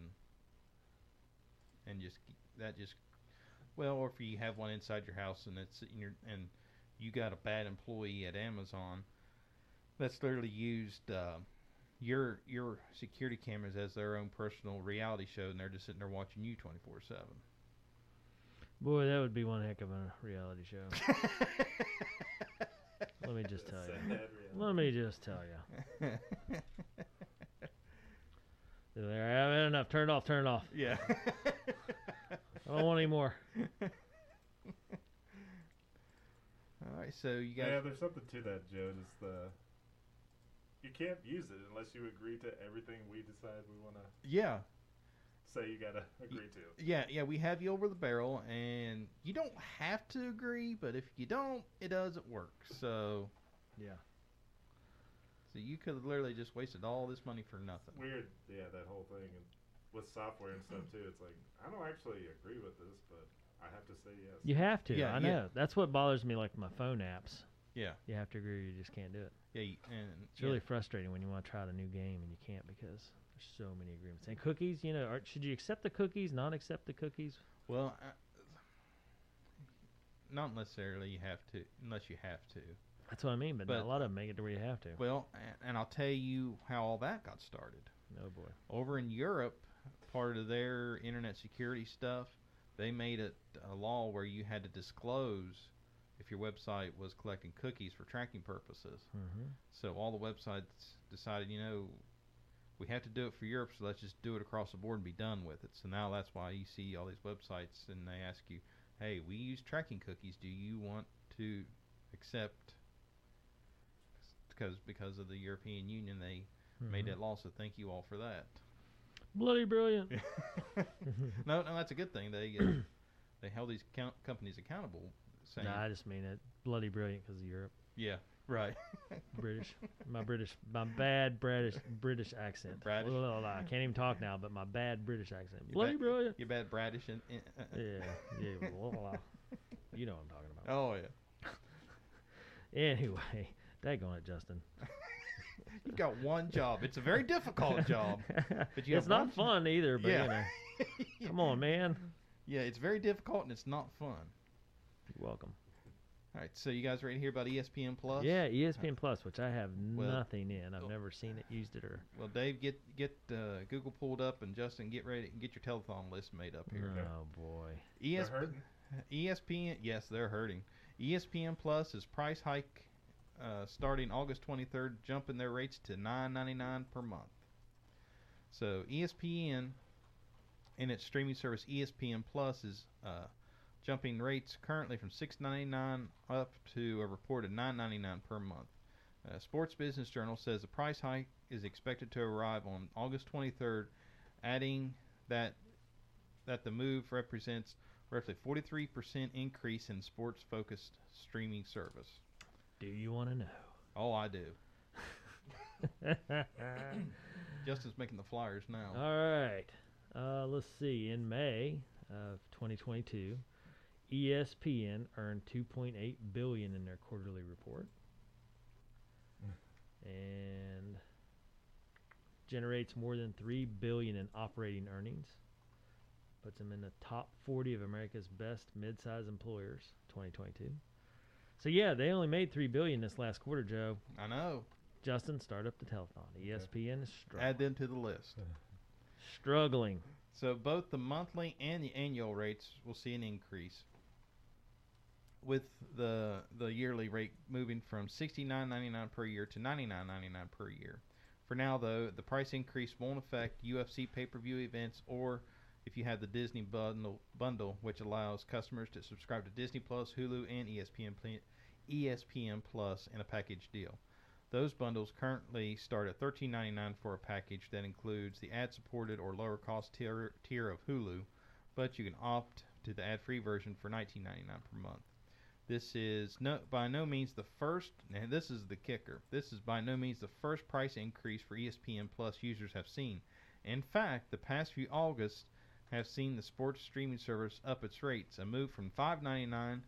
Speaker 2: and just g- that just well, or if you have one inside your house and it's in your and you got a bad employee at Amazon that's literally used uh, your your security cameras as their own personal reality show, and they're just sitting there watching you twenty four seven.
Speaker 1: Boy, that would be one heck of a reality
Speaker 2: *laughs*
Speaker 1: show. Let me just tell
Speaker 3: That's
Speaker 1: you.
Speaker 3: sad reality.
Speaker 1: Let me just tell you. There, I've had enough. Turn it off. Turn it off.
Speaker 2: *laughs* yeah.
Speaker 1: I don't want any more.
Speaker 2: *laughs* All right, so you guys.
Speaker 3: Yeah, there's something to that, Joe. Just the you can't use it unless you agree to everything we decide we want to
Speaker 2: Yeah,
Speaker 3: say. You gotta agree to.
Speaker 2: yeah, yeah. We have you over the barrel, and you don't have to agree, but if you don't, it doesn't work. So,
Speaker 1: Yeah.
Speaker 2: so you could have literally just wasted all this money for nothing.
Speaker 3: Weird, yeah, that whole thing, and with software and stuff too. It's like I don't actually agree with this, but I have to say yes.
Speaker 1: You have to.
Speaker 2: Yeah,
Speaker 1: I
Speaker 2: yeah.
Speaker 1: know. That's what bothers me, like my phone apps.
Speaker 2: Yeah.
Speaker 1: You have to agree or you just can't do it.
Speaker 2: Yeah, you- and
Speaker 1: It's really frustrating when you want to try out a new game and you can't because there's so many agreements. And cookies, you know, are, should you accept the cookies, not accept the cookies?
Speaker 2: yeah. well, I, not necessarily you have to, unless you have to.
Speaker 1: That's what I mean, but, not
Speaker 2: But-
Speaker 1: a lot of them make it to where you have to.
Speaker 2: Well, a- and I'll tell you how all that got started.
Speaker 1: Oh boy.
Speaker 2: Over in Europe, part of their internet security stuff, they made it a law where you had to disclose if your website was collecting cookies for tracking purposes.
Speaker 1: hmm
Speaker 2: So all the websites decided, you know, we have to do it for Europe, so let's just do it across the board and be done with it. So now that's why you see all these websites and they ask you, hey, we use tracking cookies. Do you want to accept? Because because of the European Union, they
Speaker 1: Mm-hmm.
Speaker 2: made that law. So thank you all for that.
Speaker 1: Bloody
Speaker 2: *laughs*
Speaker 1: brilliant.
Speaker 2: no, no, that's a good thing. They
Speaker 1: *clears throat*
Speaker 2: uh, they held these count- companies accountable. Saying,
Speaker 1: no, I just mean it. Bloody brilliant because of Europe.
Speaker 2: yeah, right.
Speaker 1: British. my British. My bad British British accent.
Speaker 2: British.
Speaker 1: Blah, blah, blah. I can't even talk now, but my bad British accent.
Speaker 2: You
Speaker 1: Bloody
Speaker 2: bet-
Speaker 1: brilliant.
Speaker 2: You bad bradish and. uh,
Speaker 1: yeah. Yeah. Blah, blah, blah. You know what I'm talking about.
Speaker 2: Oh yeah. Oh.
Speaker 1: Anyway, daggone it, Justin.
Speaker 2: You've got one job. It's a
Speaker 1: *laughs*
Speaker 2: very difficult job. But you
Speaker 1: it's
Speaker 2: have
Speaker 1: not
Speaker 2: one-
Speaker 1: fun either, but
Speaker 2: Yeah.
Speaker 1: you
Speaker 2: *laughs*
Speaker 1: know. Come on, man.
Speaker 2: Yeah, it's very difficult and it's not fun.
Speaker 1: You're welcome.
Speaker 2: All right, so you guys ready to hear about E ESPN Plus?
Speaker 1: Yeah, E ESPN Plus, which I have
Speaker 2: Well- oh.
Speaker 1: nothing in. I've
Speaker 2: well-
Speaker 1: never seen it, used it, or
Speaker 2: Well, Dave, get get uh, Google pulled up, and Justin, get ready, get your telethon list made up here. E
Speaker 1: oh boy.
Speaker 3: They're
Speaker 2: ES-
Speaker 3: hurting.
Speaker 2: E ESPN, yes, they're hurting. E ESPN Plus is price hike uh, starting August 23rd, jumping their rates to 9.99 per month. So E ESPN and its streaming service E ESPN Plus is uh, jumping rates currently from 6.99 up to a reported 9.99 per month. Uh, Sports Business Journal says the price hike is expected to arrive on August 23rd, adding that that the move represents roughly 43% increase in sports focused streaming service.
Speaker 1: Do you want to
Speaker 2: Oh, I do.
Speaker 1: *laughs* know?
Speaker 2: Justin's making the flyers now.
Speaker 1: All right. Uh, let's see. In May of E 2022, ESPN earned 2.8 billion in their quarterly report, and generates more than 3 billion in operating earnings. Puts them in the top 40 of America's best mid-sized employers 2022. So yeah, they only made 3 billion this last quarter, Joe.
Speaker 2: I know.
Speaker 1: Justin, start up the telethon. E ESPN is
Speaker 2: Add
Speaker 1: struggling.
Speaker 2: them to the list.
Speaker 1: struggling.
Speaker 2: So both the monthly and the annual rates will see an increase. With the the yearly rate moving from sixty nine ninety nine per year to ninety nine ninety nine per year. For now though, the price increase won't affect UFC pay per view events or if you have the Disney bundle bundle, which allows customers to subscribe to Disney Plus, Hulu, and E ESPN Pl- E ESPN Plus in a package deal. Those bundles currently start at $13.99 for a package that includes the ad-supported or lower-cost tier, tier of Hulu, but you can opt to the ad-free version for $19.99 per month. This is no, by no means the first, and this is the kicker. This is by no means the first price increase for E ESPN Plus users have seen. In fact, the past few Augusts have seen the sports streaming service up its rates, a move from $5.99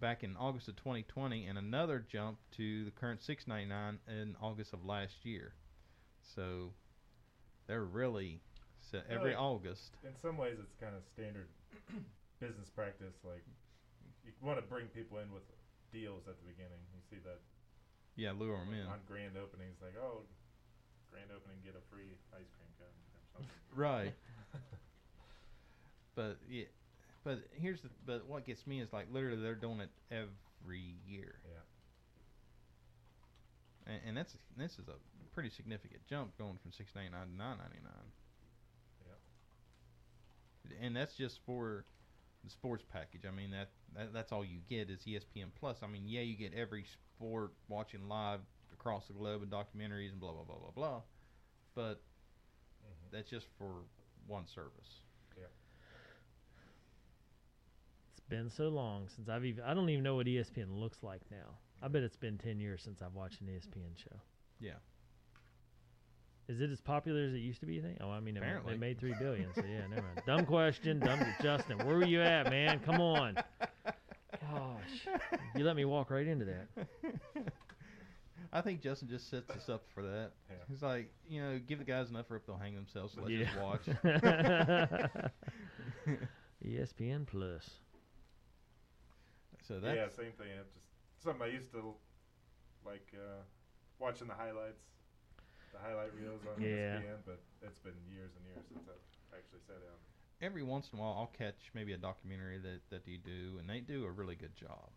Speaker 2: back in August of 2020 and another jump to the current 6.99 in August of last year. So they're really so every
Speaker 3: Really?
Speaker 2: August.
Speaker 3: *coughs* In some ways, it's kind of standard *coughs* business practice. Like you want to bring people in with deals at the beginning. You see that
Speaker 2: Yeah, lure them in.
Speaker 3: on grand openings, like oh, grand opening, get a free ice cream cone or
Speaker 2: *laughs*
Speaker 3: something.
Speaker 2: Right. but yeah, but here's the but what gets me is like literally they're doing it every year.
Speaker 3: Yeah.
Speaker 2: And, and that's this is a pretty significant jump going from six ninety nine to nine ninety nine.
Speaker 3: Yep.
Speaker 2: And that's just for the sports package. I mean that, that that's all you get is E ESPN Plus. I mean, yeah, you get every sport watching live across the globe and documentaries and blah blah blah blah blah, but
Speaker 3: Mhm.
Speaker 2: that's just for one service.
Speaker 1: It's been so long since I've even I don't even know what E ESPN looks like now. I bet it's been ten years since I've watched an E ESPN show.
Speaker 2: Yeah.
Speaker 1: Is it as popular as it used to be? You think? Oh, I mean, it, ma-
Speaker 2: Apparently.
Speaker 1: they made three billion, so yeah, never mind. Dumb question, dumb Justin. Where were you at, man? Come on. Gosh, you let me walk right into that.
Speaker 2: *laughs* I think Justin just sets us up for that.
Speaker 3: Yeah.
Speaker 2: He's like, you know, give the guys enough rope, they'll hang themselves. So let's just watch.
Speaker 1: *laughs* E ESPN Plus.
Speaker 2: So that's
Speaker 3: yeah, same thing. It just something I used to l- like uh, watching the highlights, the highlight reels on E
Speaker 1: Yeah.
Speaker 3: ESPN. But it's been years and years since I've actually sat down.
Speaker 2: every once in a while I'll catch maybe a documentary that that you do, and they do a really good job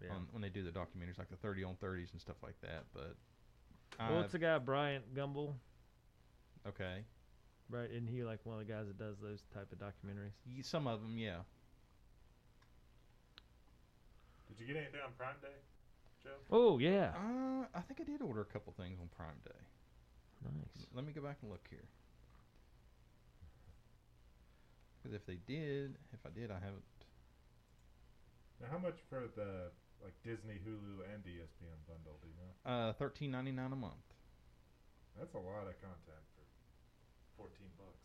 Speaker 1: Yeah.
Speaker 2: on, when they do the documentaries, like the thirty on thirties and stuff like that. But
Speaker 1: well,
Speaker 2: I've-
Speaker 1: it's a guy Bryant Gumbel,
Speaker 2: okay,
Speaker 1: right? Isn't he like one of the guys that does those type of documentaries?
Speaker 2: Y- some of them, yeah.
Speaker 3: Did you get anything on Prime Day, Joe?
Speaker 1: Oh yeah,
Speaker 2: Uh, I think I did order a couple things on Prime Day.
Speaker 1: nice.
Speaker 2: Let me go back and look here. Because if they did, if I did, I haven't.
Speaker 3: Now, how much for the like Disney, Hulu, and E ESPN bundle? Do you know?
Speaker 2: Uh, thirteen ninety nine a month.
Speaker 3: That's a lot of content for fourteen bucks.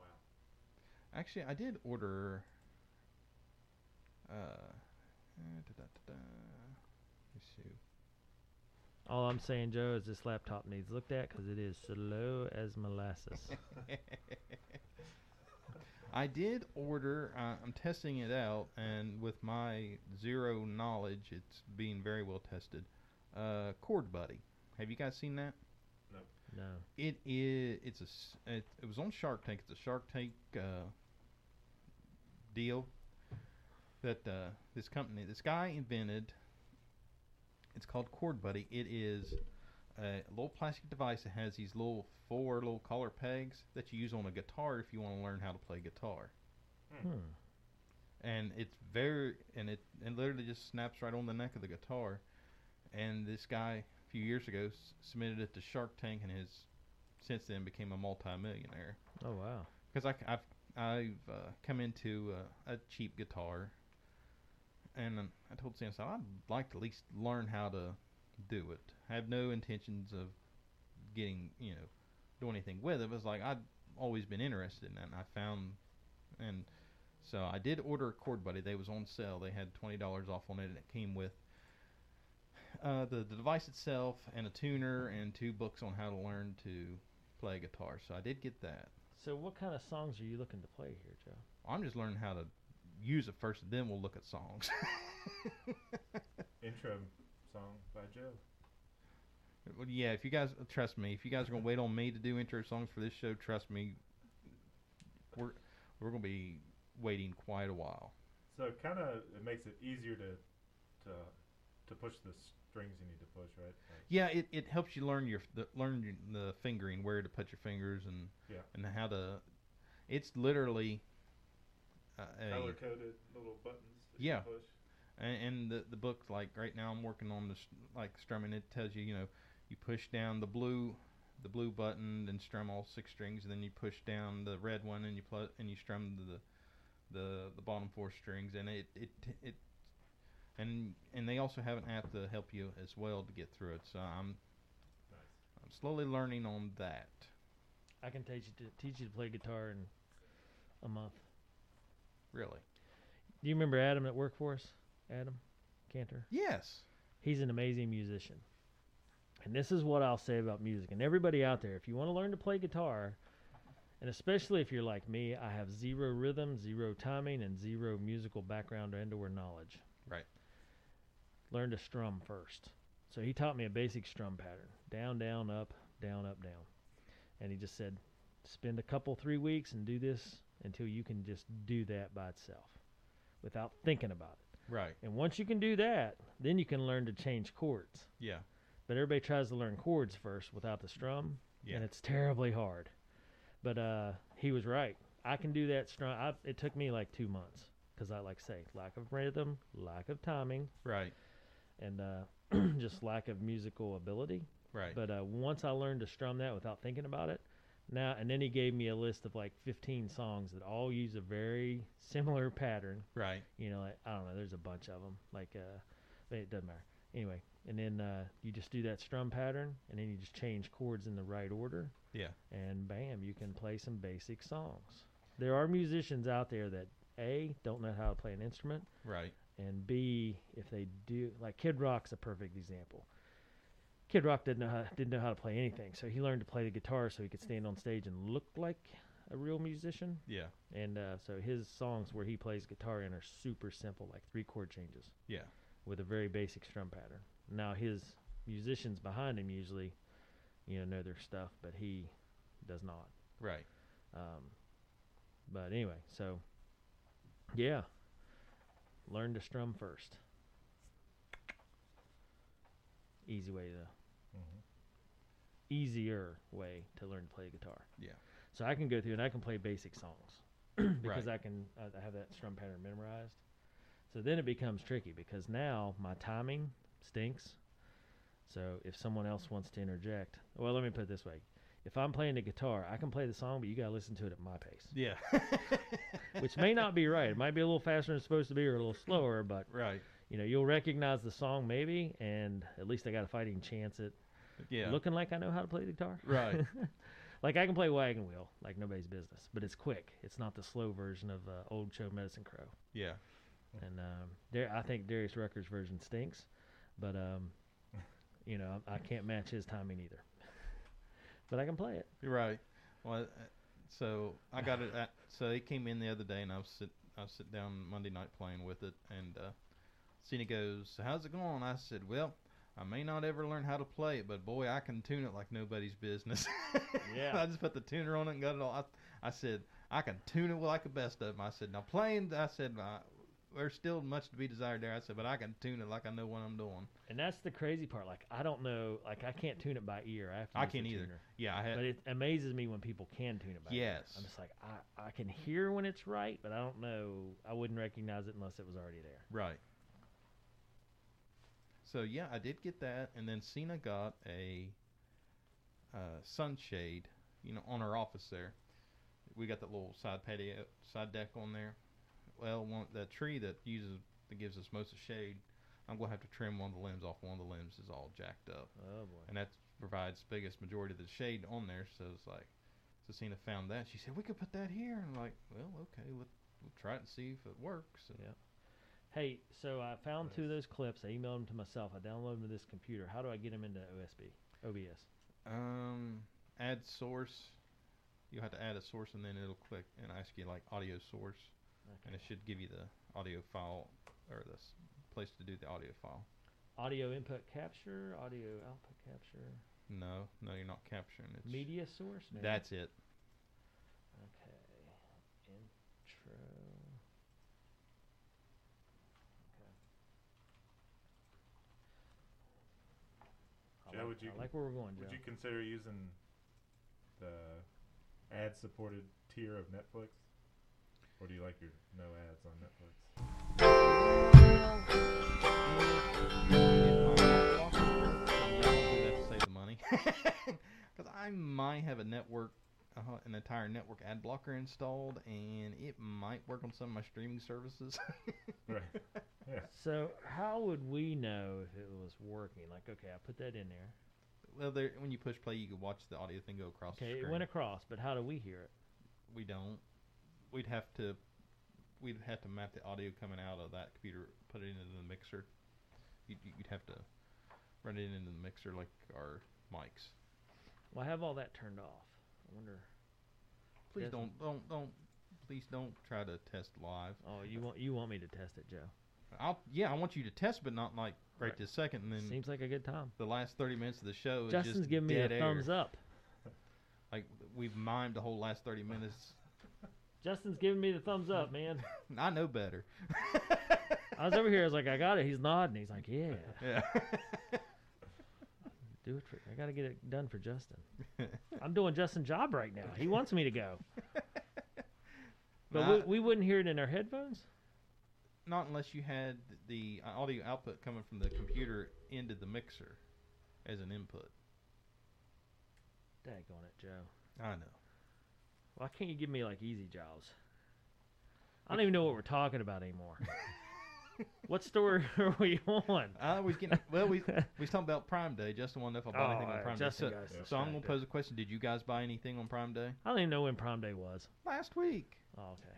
Speaker 3: Wow.
Speaker 2: Actually, I did order. Uh, uh, da, da, da, da. Let me see.
Speaker 1: All I'm saying, Joe, is this laptop needs looked at because it is slow as molasses.
Speaker 2: I did order. Uh, I'm testing it out, and with my zero knowledge, it's being very well tested. Uh, Cord Buddy. Have you guys seen that?
Speaker 1: no.
Speaker 2: It is. It's a. s- It, it was on Shark Tank. It's a Shark Tank uh, deal that uh, this company, this guy invented. It's called Cord Buddy. It is a little plastic device that has these little four little collar pegs that you use on a guitar if you want to learn how to play guitar.
Speaker 1: Hmm.
Speaker 2: And it's very and it and literally just snaps right on the neck of the guitar. And this guy a few years ago s- submitted it to Shark Tank and has since then became a multimillionaire
Speaker 1: Oh wow.
Speaker 2: because I, have I've uh, come into uh, a cheap guitar, and um, I told Sam, so I'd like to at least learn how to do it. I have no intentions of getting you know doing anything with it. But it's like I've always been interested in that, and I found, and so I did order a cord buddy. They was on sale. They had twenty dollars off on it, and it came with. Uh, the, the device itself and a tuner and two books on how to learn to play guitar. So I did get that.
Speaker 1: So what kind of songs are you looking to play here, Joe?
Speaker 2: I'm just learning how to use it first, and then we'll look at songs. *laughs*
Speaker 3: Intro song by Joe.
Speaker 2: Well, yeah, if you guys uh, trust me, if you guys are gonna wait on me to do intro songs for this show, trust me, we're we're gonna be waiting quite a while.
Speaker 3: So it kind of it makes it easier to to to push the strings you need to push, right? Like,
Speaker 2: Yeah, it, it helps you learn your the, learn your, the fingering, where to put your fingers, and
Speaker 3: Yeah.
Speaker 2: and how to. It's literally. Uh, a-
Speaker 3: color coded little buttons. That
Speaker 2: Yeah.
Speaker 3: You push.
Speaker 2: and, and the the book like right now I'm working on this like strumming it tells you you know you push down the blue the blue button and strum all six strings and then you push down the red one and you pl- and you strum the the the bottom four strings and it it it and and they also have an app to help you as well to get through it so I'm
Speaker 3: Nice.
Speaker 2: I'm slowly learning on that
Speaker 1: I can teach you to teach you to play guitar in a month.
Speaker 2: really
Speaker 1: Do you remember Adam at work for us? Adam Cantor.
Speaker 2: yes
Speaker 1: He's an amazing musician. And this is what I'll say about music. And everybody out there, if you want to learn to play guitar, and especially if you're like me, I have zero rhythm, zero timing, and zero musical background and or knowledge.
Speaker 2: Right.
Speaker 1: Learn to strum first. So he taught me a basic strum pattern. Down, down, up, down, up, down. And he just said, spend a couple, three weeks and do this until you can just do that by itself without thinking about it.
Speaker 2: right
Speaker 1: And once you can do that, then you can learn to change chords.
Speaker 2: yeah
Speaker 1: But everybody tries to learn chords first without the strum,
Speaker 2: Yeah.
Speaker 1: and it's terribly hard. But uh, he was right. I can do that strong. I, it took me like two months because I like say lack of rhythm, lack of timing,
Speaker 2: Right.
Speaker 1: and uh, *clears throat* just lack of musical ability.
Speaker 2: Right.
Speaker 1: But uh, once I learned to strum that without thinking about it, now and then he gave me a list of like 15 songs that all use a very similar pattern.
Speaker 2: right.
Speaker 1: You know, like, I don't know. There's a bunch of them. Like, uh, but it doesn't matter. Anyway, and then uh, you just do that strum pattern, and then you just change chords in the right order.
Speaker 2: Yeah.
Speaker 1: And bam, you can play some basic songs. There are musicians out there that a don't know how to play an instrument
Speaker 2: Right.
Speaker 1: and B, if they do, like Kid Rock's a perfect example. Kid Rock didn't know how, didn't know how to play anything, so he learned to play the guitar so he could stand on stage and look like a real musician.
Speaker 2: Yeah.
Speaker 1: And uh, so his songs where he plays guitar in are super simple, like three chord changes.
Speaker 2: Yeah.
Speaker 1: With a very basic strum pattern. Now his musicians behind him usually, you know, know their stuff, but he does not.
Speaker 2: Right.
Speaker 1: Um, but anyway, so yeah, learn to strum first. Easy way to,
Speaker 3: Mhm.
Speaker 1: easier way to learn to play the guitar.
Speaker 2: Yeah.
Speaker 1: So I can go through and I can play basic songs *clears throat* because I can I I have that strum pattern memorized. So then it becomes tricky because now my timing stinks. So if someone else wants to interject, well, let me put it this way: if I'm playing the guitar, I can play the song, but you gotta listen to it at my pace.
Speaker 2: *laughs* Yeah.
Speaker 1: which may not be right. It might be a little faster than it's supposed to be, or a little slower. But
Speaker 2: right.
Speaker 1: you know, you'll recognize the song maybe, and at least I got a fighting chance at
Speaker 2: Yeah.
Speaker 1: looking like I know how to play the guitar. *laughs*
Speaker 2: Right.
Speaker 1: like I can play Wagon Wheel like nobody's business, but it's quick. It's not the slow version of uh, old show Medicine Crow.
Speaker 2: Yeah. Hmm.
Speaker 1: And um, there, I think Darius Rucker's version stinks, but
Speaker 2: *laughs*
Speaker 1: um, you know, I, I can't match his timing either. *laughs* but I can play it.
Speaker 2: You're right. Well, uh, so I got it. At, so it came in the other day, and I was sit I was sit down Monday night playing with it, and uh, Cena goes, "So "How's it going?" I said, "Well, I may not ever learn how to play it, but boy, I can tune it like nobody's business." *laughs*
Speaker 1: Yeah.
Speaker 2: I just put the tuner on it and got it all. I, I said, "I can tune it like a best of 'em." I said, "Now playing," I said, I, "There's still much to be desired there." I said, "But I can tune it like I know what I'm doing."
Speaker 1: And that's the crazy part. Like I don't know. Like I can't tune it by ear. I have to.
Speaker 2: I
Speaker 1: use the
Speaker 2: can't either.
Speaker 1: tuner.
Speaker 2: Yeah, I
Speaker 1: But
Speaker 2: had.
Speaker 1: it amazes me when people can tune it back.
Speaker 2: Yes.
Speaker 1: I'm just like, I, I can hear when it's right, but I don't know. I wouldn't recognize it unless it was already there.
Speaker 2: Right. So yeah, I did get that, and then Cena got a uh, sunshade, you know, on her office there. We got that little side patio, side deck on there. Well, one that tree that uses that gives us most of shade, I'm gonna have to trim one of the limbs off. One of the limbs is all jacked up,
Speaker 1: Oh, boy.
Speaker 2: and that provides biggest majority of the shade on there. So it's like, so Cena found that. She said we could put that here, and I'm like, well, okay, let, we'll try it and see if it works. And
Speaker 1: Yeah. Hey, so I found two of
Speaker 3: Nice.
Speaker 1: those clips. I emailed them to myself. I downloaded them to this computer. How do I get them into OSB? OBS.
Speaker 2: Um, add source. You have to add a source, and then it'll click and ask you like audio source, and it should give you the audio file or the s- place to do the audio file.
Speaker 1: Audio input capture, audio output capture,
Speaker 2: No, no, you're not capturing it.
Speaker 1: media source. No.
Speaker 2: That's it.
Speaker 1: Okay. Intro. Okay. I
Speaker 3: Joe,
Speaker 1: like-
Speaker 3: would you-
Speaker 1: I like where we're going, Joe.
Speaker 3: Would you consider using the ad-supported tier of Netflix, or do you like your no ads on
Speaker 2: *laughs*
Speaker 3: Netflix?
Speaker 2: *laughs* That to save the money, *laughs* because I might have a network, uh, an entire network ad blocker installed, and it might work on some of my streaming services. *laughs*
Speaker 3: Right. Yeah.
Speaker 1: So how would we know if it was working? Like, okay, I put that in there.
Speaker 2: Well, there, when you push play, you can watch the audio thing go across the
Speaker 1: Okay,
Speaker 2: screen.
Speaker 1: it went across, but how do we hear it?
Speaker 2: we don't. We'd have to. We'd have to map the audio coming out of that computer, put it into the mixer. You'd, you'd have to run it into the mixer like our mics.
Speaker 1: Well, I have all that turned off. I wonder.
Speaker 2: Please
Speaker 1: Yes.
Speaker 2: don't, don't, don't. Please don't try to test live.
Speaker 1: Oh, you want you want me to test it, Joe?
Speaker 2: I'll, yeah, I want you to test, but not like right,
Speaker 1: Right.
Speaker 2: this second. And then
Speaker 1: Seems like a good time.
Speaker 2: the last thirty minutes of the show is
Speaker 1: Justin's
Speaker 2: just
Speaker 1: giving me a
Speaker 2: dead air.
Speaker 1: thumbs up.
Speaker 2: Like we've mimed the whole last thirty minutes. *laughs*
Speaker 1: Justin's giving me the thumbs up, man.
Speaker 2: I know better.
Speaker 1: I was over here. I was like, I got it. He's nodding. He's like, yeah,
Speaker 2: *laughs* Yeah.
Speaker 1: do it. For, I got to get
Speaker 2: *laughs*
Speaker 1: it done for Justin. I'm doing Justin's job right now. He wants me to go. But
Speaker 2: Nah.
Speaker 1: we, we wouldn't hear it in our headphones.
Speaker 2: Not unless you had the audio output coming from the computer into the mixer as an input.
Speaker 1: Daggone it, Joe.
Speaker 2: I know.
Speaker 1: Why can't you give me like easy jobs? I don't even know what we're talking about anymore.
Speaker 2: *laughs*
Speaker 1: what store *laughs* are we on?
Speaker 2: I was getting well. We we was talking about Prime Day. Justin wanted to know if I bought anything on
Speaker 1: uh,
Speaker 2: Prime
Speaker 1: Justin
Speaker 2: Day.
Speaker 1: got us
Speaker 2: So, so I'm gonna
Speaker 1: distracted.
Speaker 2: pose a question. Did you guys buy anything on Prime Day
Speaker 1: I don't even know when prom day was.
Speaker 2: last week?
Speaker 1: Oh, okay.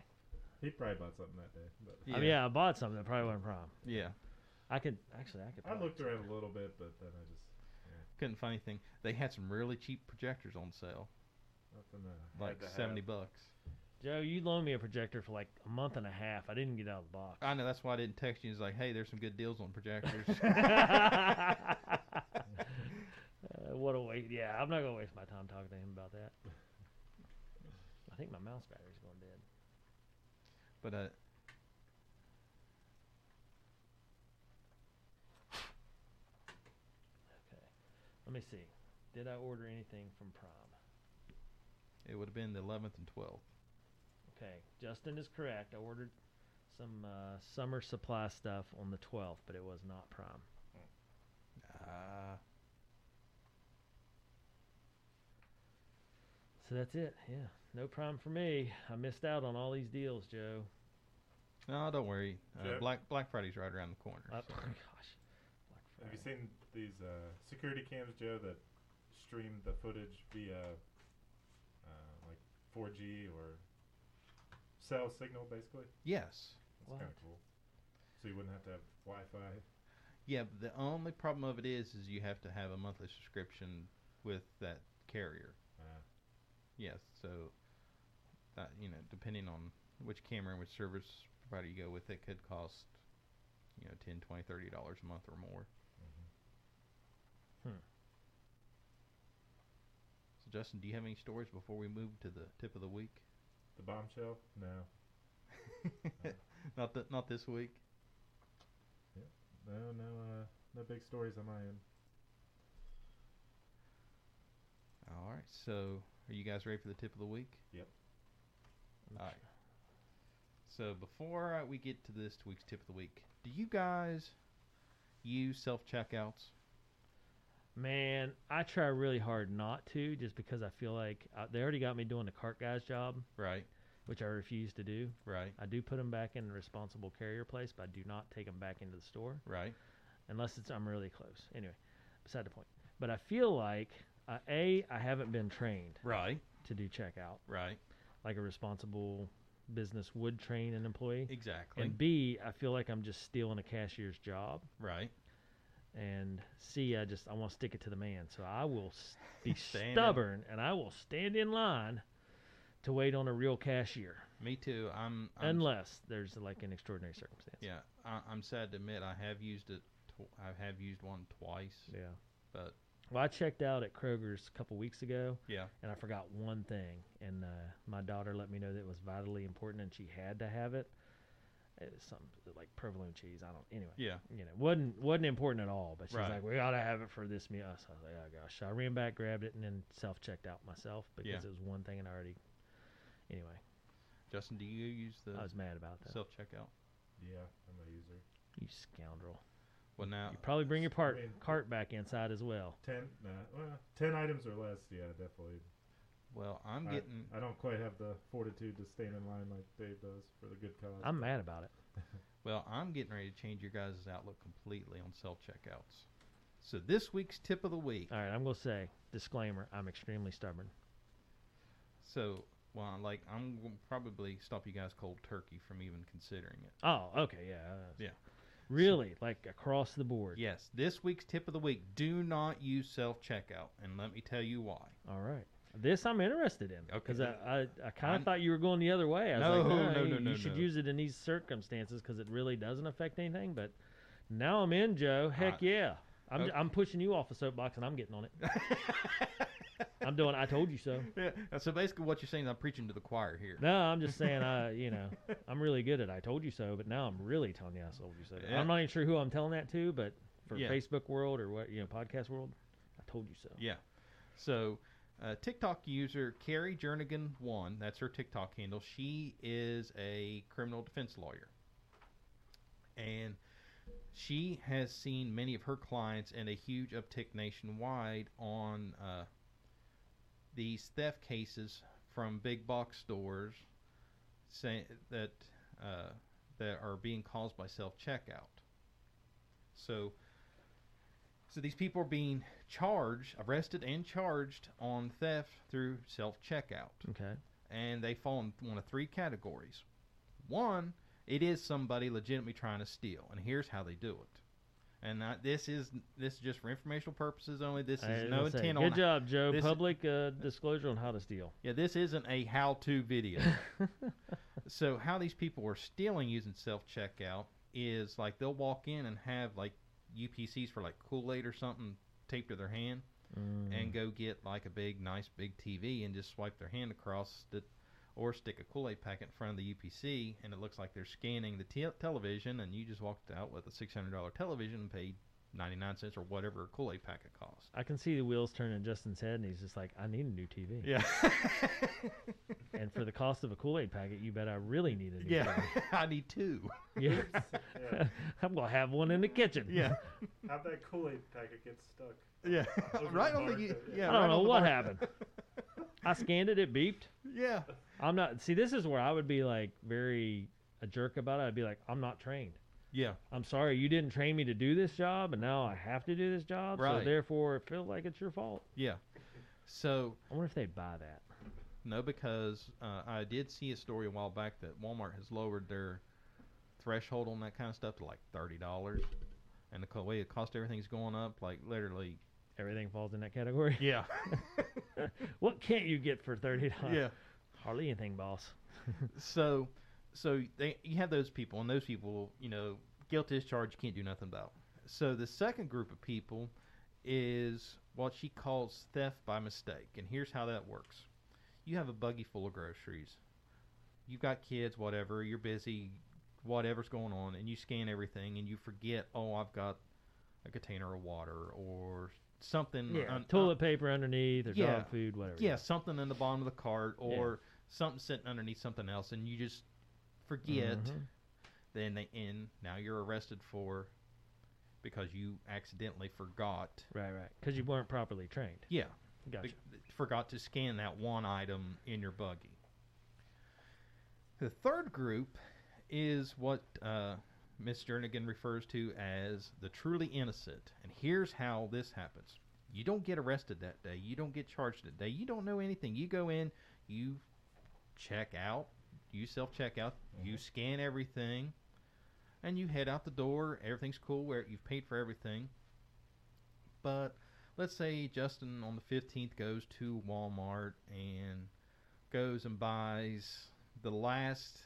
Speaker 3: He probably bought something that day. But
Speaker 1: I mean, Oh, yeah, I bought something that probably wasn't prom.
Speaker 2: yeah.
Speaker 1: I could actually, I could.
Speaker 3: I
Speaker 1: probably-
Speaker 3: looked around a little bit, but then I just
Speaker 2: Couldn't find anything. They had some really cheap projectors on sale,
Speaker 3: nothing. Uh,
Speaker 2: like
Speaker 3: had to have.
Speaker 2: seventy bucks.
Speaker 1: Joe, you loaned me a projector for like a month and a half. I didn't get out of the box.
Speaker 2: *laughs* I know that's why I didn't text you. It's like, hey, there's some good deals on projectors.
Speaker 1: *laughs* Uh, what a waste. Yeah, I'm not gonna waste my time talking to him about that. I think my mouse battery's going dead.
Speaker 2: but uh,
Speaker 1: Okay, let me see. Did I order anything from prom?
Speaker 2: it would have been the 11th and 12th.
Speaker 1: Okay, Justin is correct. I ordered some uh, summer supply stuff on the 12th, but it was not prom.
Speaker 2: Ah,
Speaker 1: So that's it. Yeah, no prom for me. I missed out on all these deals, Joe.
Speaker 2: no, don't worry. Uh,
Speaker 3: Jeff?
Speaker 2: Black Black Friday's right around the corner.
Speaker 1: Uh,
Speaker 2: so-
Speaker 1: *laughs* gosh. Black
Speaker 3: Have you
Speaker 1: Friday.
Speaker 3: seen these uh, security cams, Joe, that stream the footage via uh, like 4G or cell signal, basically?
Speaker 2: yes.
Speaker 3: That's kind of cool. So you wouldn't have to have Wi-Fi.
Speaker 2: Yeah, but the only problem of it is, is you have to have a monthly subscription with that carrier.
Speaker 3: Uh,
Speaker 2: Yes. So, uh, you know, depending on which camera and which service provider you go with, it could cost, you know, 10 20 30 dollars a month or more.
Speaker 3: Mm-hmm.
Speaker 1: Hmm.
Speaker 2: So, Justin, do you have any stories before we move to the tip of the week? *laughs*
Speaker 3: the bombshell? No,
Speaker 2: not th- not this week.
Speaker 3: no, no, uh, no big stories on my end.
Speaker 2: All right. So, are you guys ready for the tip of the week? All right. So before uh, we get to this week's tip of the week, do you guys use self checkouts?
Speaker 1: Man, I try really hard not to, just because I feel like uh they already got me doing the cart guy's job,
Speaker 2: Right.
Speaker 1: which I refuse to do.
Speaker 2: Right.
Speaker 1: I do put them back in the responsible carrier place, but I do not take them back into the store.
Speaker 2: Right.
Speaker 1: unless it's I'm really close. Anyway, beside the point. But I feel like uh, a I haven't been trained
Speaker 2: Right.
Speaker 1: to do checkout
Speaker 2: Right.
Speaker 1: like a responsible business would train an employee,
Speaker 2: Exactly.
Speaker 1: and b I feel like I'm just stealing a cashier's job,
Speaker 2: right.
Speaker 1: and c I just I want to stick it to the man, so I will s- be
Speaker 2: *laughs* Stand in.
Speaker 1: stubborn and I will stand in line to wait on a real cashier
Speaker 2: Me too. I'm. I'm
Speaker 1: unless there's like an extraordinary circumstance.
Speaker 2: yeah. I, I'm sad to admit I have used it. Tw- I have used one twice.
Speaker 1: Yeah.
Speaker 2: But-
Speaker 1: well, I checked out at Kroger's a couple weeks ago.
Speaker 2: Yeah.
Speaker 1: And I forgot one thing, and uh, my daughter let me know that it was vitally important, and she had to have it. It was something like provolone cheese. I don't. Anyway,
Speaker 2: Yeah.
Speaker 1: you know, wasn't wasn't important at all. But she's
Speaker 2: Right.
Speaker 1: like, we gotta have it for this meal. So I was like, oh gosh. So I ran back, grabbed it, and then self checked out myself because it
Speaker 2: Yeah.
Speaker 1: was one thing, and I already. Anyway,
Speaker 2: Justin, do you use the
Speaker 1: I was uh, mad about that.
Speaker 2: self checkout?
Speaker 3: Yeah, I'm a user.
Speaker 1: you scoundrel.
Speaker 2: Well, now.
Speaker 1: You probably bring your part,
Speaker 3: mean-
Speaker 1: cart back inside as well.
Speaker 3: Ten, nah, well, ten items or less. Yeah, definitely.
Speaker 2: well, I'm
Speaker 3: I-
Speaker 2: getting.
Speaker 3: I don't quite have the fortitude to stand in line like Dave does for the good cause.
Speaker 1: I'm mad about it.
Speaker 2: Well, I'm getting ready to change your guys' outlook completely on self checkouts. So this week's tip of the week.
Speaker 1: All right, I'm gonna say disclaimer. I'm extremely stubborn.
Speaker 2: So, well, like I'm gonna probably stop you guys cold turkey from even considering it.
Speaker 1: Oh, okay, yeah. uh,
Speaker 2: Yeah.
Speaker 1: Really, like across the board.
Speaker 2: Yes, this week's tip of the week: do not use self checkout, and let me tell you why. *laughs*
Speaker 1: All right. This I'm interested in
Speaker 2: Okay.
Speaker 1: because I, I, I kind
Speaker 2: I'm-
Speaker 1: of thought you were going the other way. I was
Speaker 2: No,
Speaker 1: like,
Speaker 2: no,
Speaker 1: you-
Speaker 2: no, no,
Speaker 1: You should
Speaker 2: no.
Speaker 1: use it in these circumstances because it really doesn't affect anything. But now I'm in, Joe. Heck
Speaker 2: I-
Speaker 1: yeah. I'm,
Speaker 2: Okay.
Speaker 1: I'm pushing you off the soapbox and I'm getting on it. I'm doing. I told you
Speaker 2: *laughs*
Speaker 1: so.
Speaker 2: Yeah, so basically, what you're saying, is I'm preaching to the choir here.
Speaker 1: No, I'm just saying. I, you know, I'm really good at I told you so. But now I'm really telling you I told you so.
Speaker 2: Yeah.
Speaker 1: I'm not even sure who I'm telling that to, but for
Speaker 2: Yeah.
Speaker 1: Facebook world or what you know, podcast world, I told you so.
Speaker 2: Yeah. So, Uh, TikTok user Carrie Jernigan one, that's her TikTok handle. She is a criminal defense lawyer, and she has seen many of her clients and a huge uptick nationwide on uh, these theft cases from big box stores say, that uh, that are being caused by self checkout. So, so these people are being charged, arrested, and charged on theft through self checkout
Speaker 1: Okay.
Speaker 2: and they fall in one of three categories. One, it is somebody legitimately trying to steal, and here's how they do it. And I, this is this is just for informational purposes only. This
Speaker 1: I
Speaker 2: is
Speaker 1: was
Speaker 2: no
Speaker 1: gonna say,
Speaker 2: intent
Speaker 1: Good
Speaker 2: on.
Speaker 1: job, Joe.
Speaker 2: this-
Speaker 1: Public uh, disclosure on how to steal.
Speaker 2: Yeah, this isn't a
Speaker 1: *laughs*
Speaker 2: how-to video. so how these people are stealing using self-checkout is like they'll walk in and have like UPCs for like Kool-Aid or something taped to their hand. and
Speaker 1: Mm.
Speaker 2: go get like a big, nice big TV and just swipe their hand across it, or stick a Kool Aid packet in front of the UPC and it looks like they're scanning the te- television, and you just walked out with a six hundred dollar television and paid ninety nine cents or whatever a Kool Aid packet cost.
Speaker 1: I can see the wheels turning in Justin's head, and he's just like, "I need a new TV."
Speaker 2: *laughs* Yeah,
Speaker 1: And for the cost of a Kool Aid packet, you bet I really need a new
Speaker 2: yeah, *laughs* I need two.
Speaker 1: TV.
Speaker 3: *laughs* Yeah.
Speaker 1: Yeah. *laughs* I'm gonna have one in the kitchen. *laughs*
Speaker 3: How'd that Kool Aid packet get stuck?
Speaker 2: yeah,
Speaker 3: Over
Speaker 2: *laughs*
Speaker 3: the
Speaker 2: right on the
Speaker 3: barcode,
Speaker 2: yeah.
Speaker 3: yeah.
Speaker 1: I don't
Speaker 2: right
Speaker 1: know
Speaker 2: on the
Speaker 1: what
Speaker 2: barcode.
Speaker 1: happened. I scanned it. It beeped.
Speaker 2: Yeah,
Speaker 1: I'm not. See, this is where I would be like very a jerk about it. I'd be like, I'm not trained.
Speaker 2: yeah,
Speaker 1: I'm sorry, you didn't train me to do this job, and now I have to do this job.
Speaker 2: Right.
Speaker 1: So therefore, it feels like it's your fault.
Speaker 2: yeah. So
Speaker 1: I wonder if they'd buy that.
Speaker 2: No, because uh, I did see a story a while back that Walmart has lowered their threshold on that kind of stuff to like thirty dollars, and the co- way the cost of everything's going up, like literally.
Speaker 1: Everything falls in that category.
Speaker 2: Yeah,
Speaker 1: *laughs* What can't you get for thirty dollars?
Speaker 2: *laughs* yeah.
Speaker 1: Hardly anything, boss.
Speaker 2: So, so they you have those people, and those people, you know, guilty as charged, you can't do nothing about. So the second group of people is what she calls theft by mistake, and here's how that works: you have a buggy full of groceries, you've got kids, whatever, you're busy, whatever's going on, and you scan everything, and you forget, oh, I've got a container of water or something, un-
Speaker 1: Toilet paper underneath or
Speaker 2: yeah.
Speaker 1: dog food, whatever.
Speaker 2: yeah, something in the bottom of the cart or something sitting underneath something else, and you just forget.
Speaker 1: Mhm.
Speaker 2: Then they end. Now you're arrested for because you accidentally forgot.
Speaker 1: Right, right. Because you weren't properly trained.
Speaker 2: Yeah,
Speaker 1: Gotcha.
Speaker 2: be- forgot to scan that one item in your buggy. The third group is what uh, Miss Jernigan refers to as the truly innocent, and here's how this happens: you don't get arrested that day, you don't get charged that day, you don't know anything. You go in, you check out, you self check out, you scan everything, and you head out the door. Everything's cool. Where you've paid for everything, but let's say Justin on the 15th goes to Walmart and goes and buys the last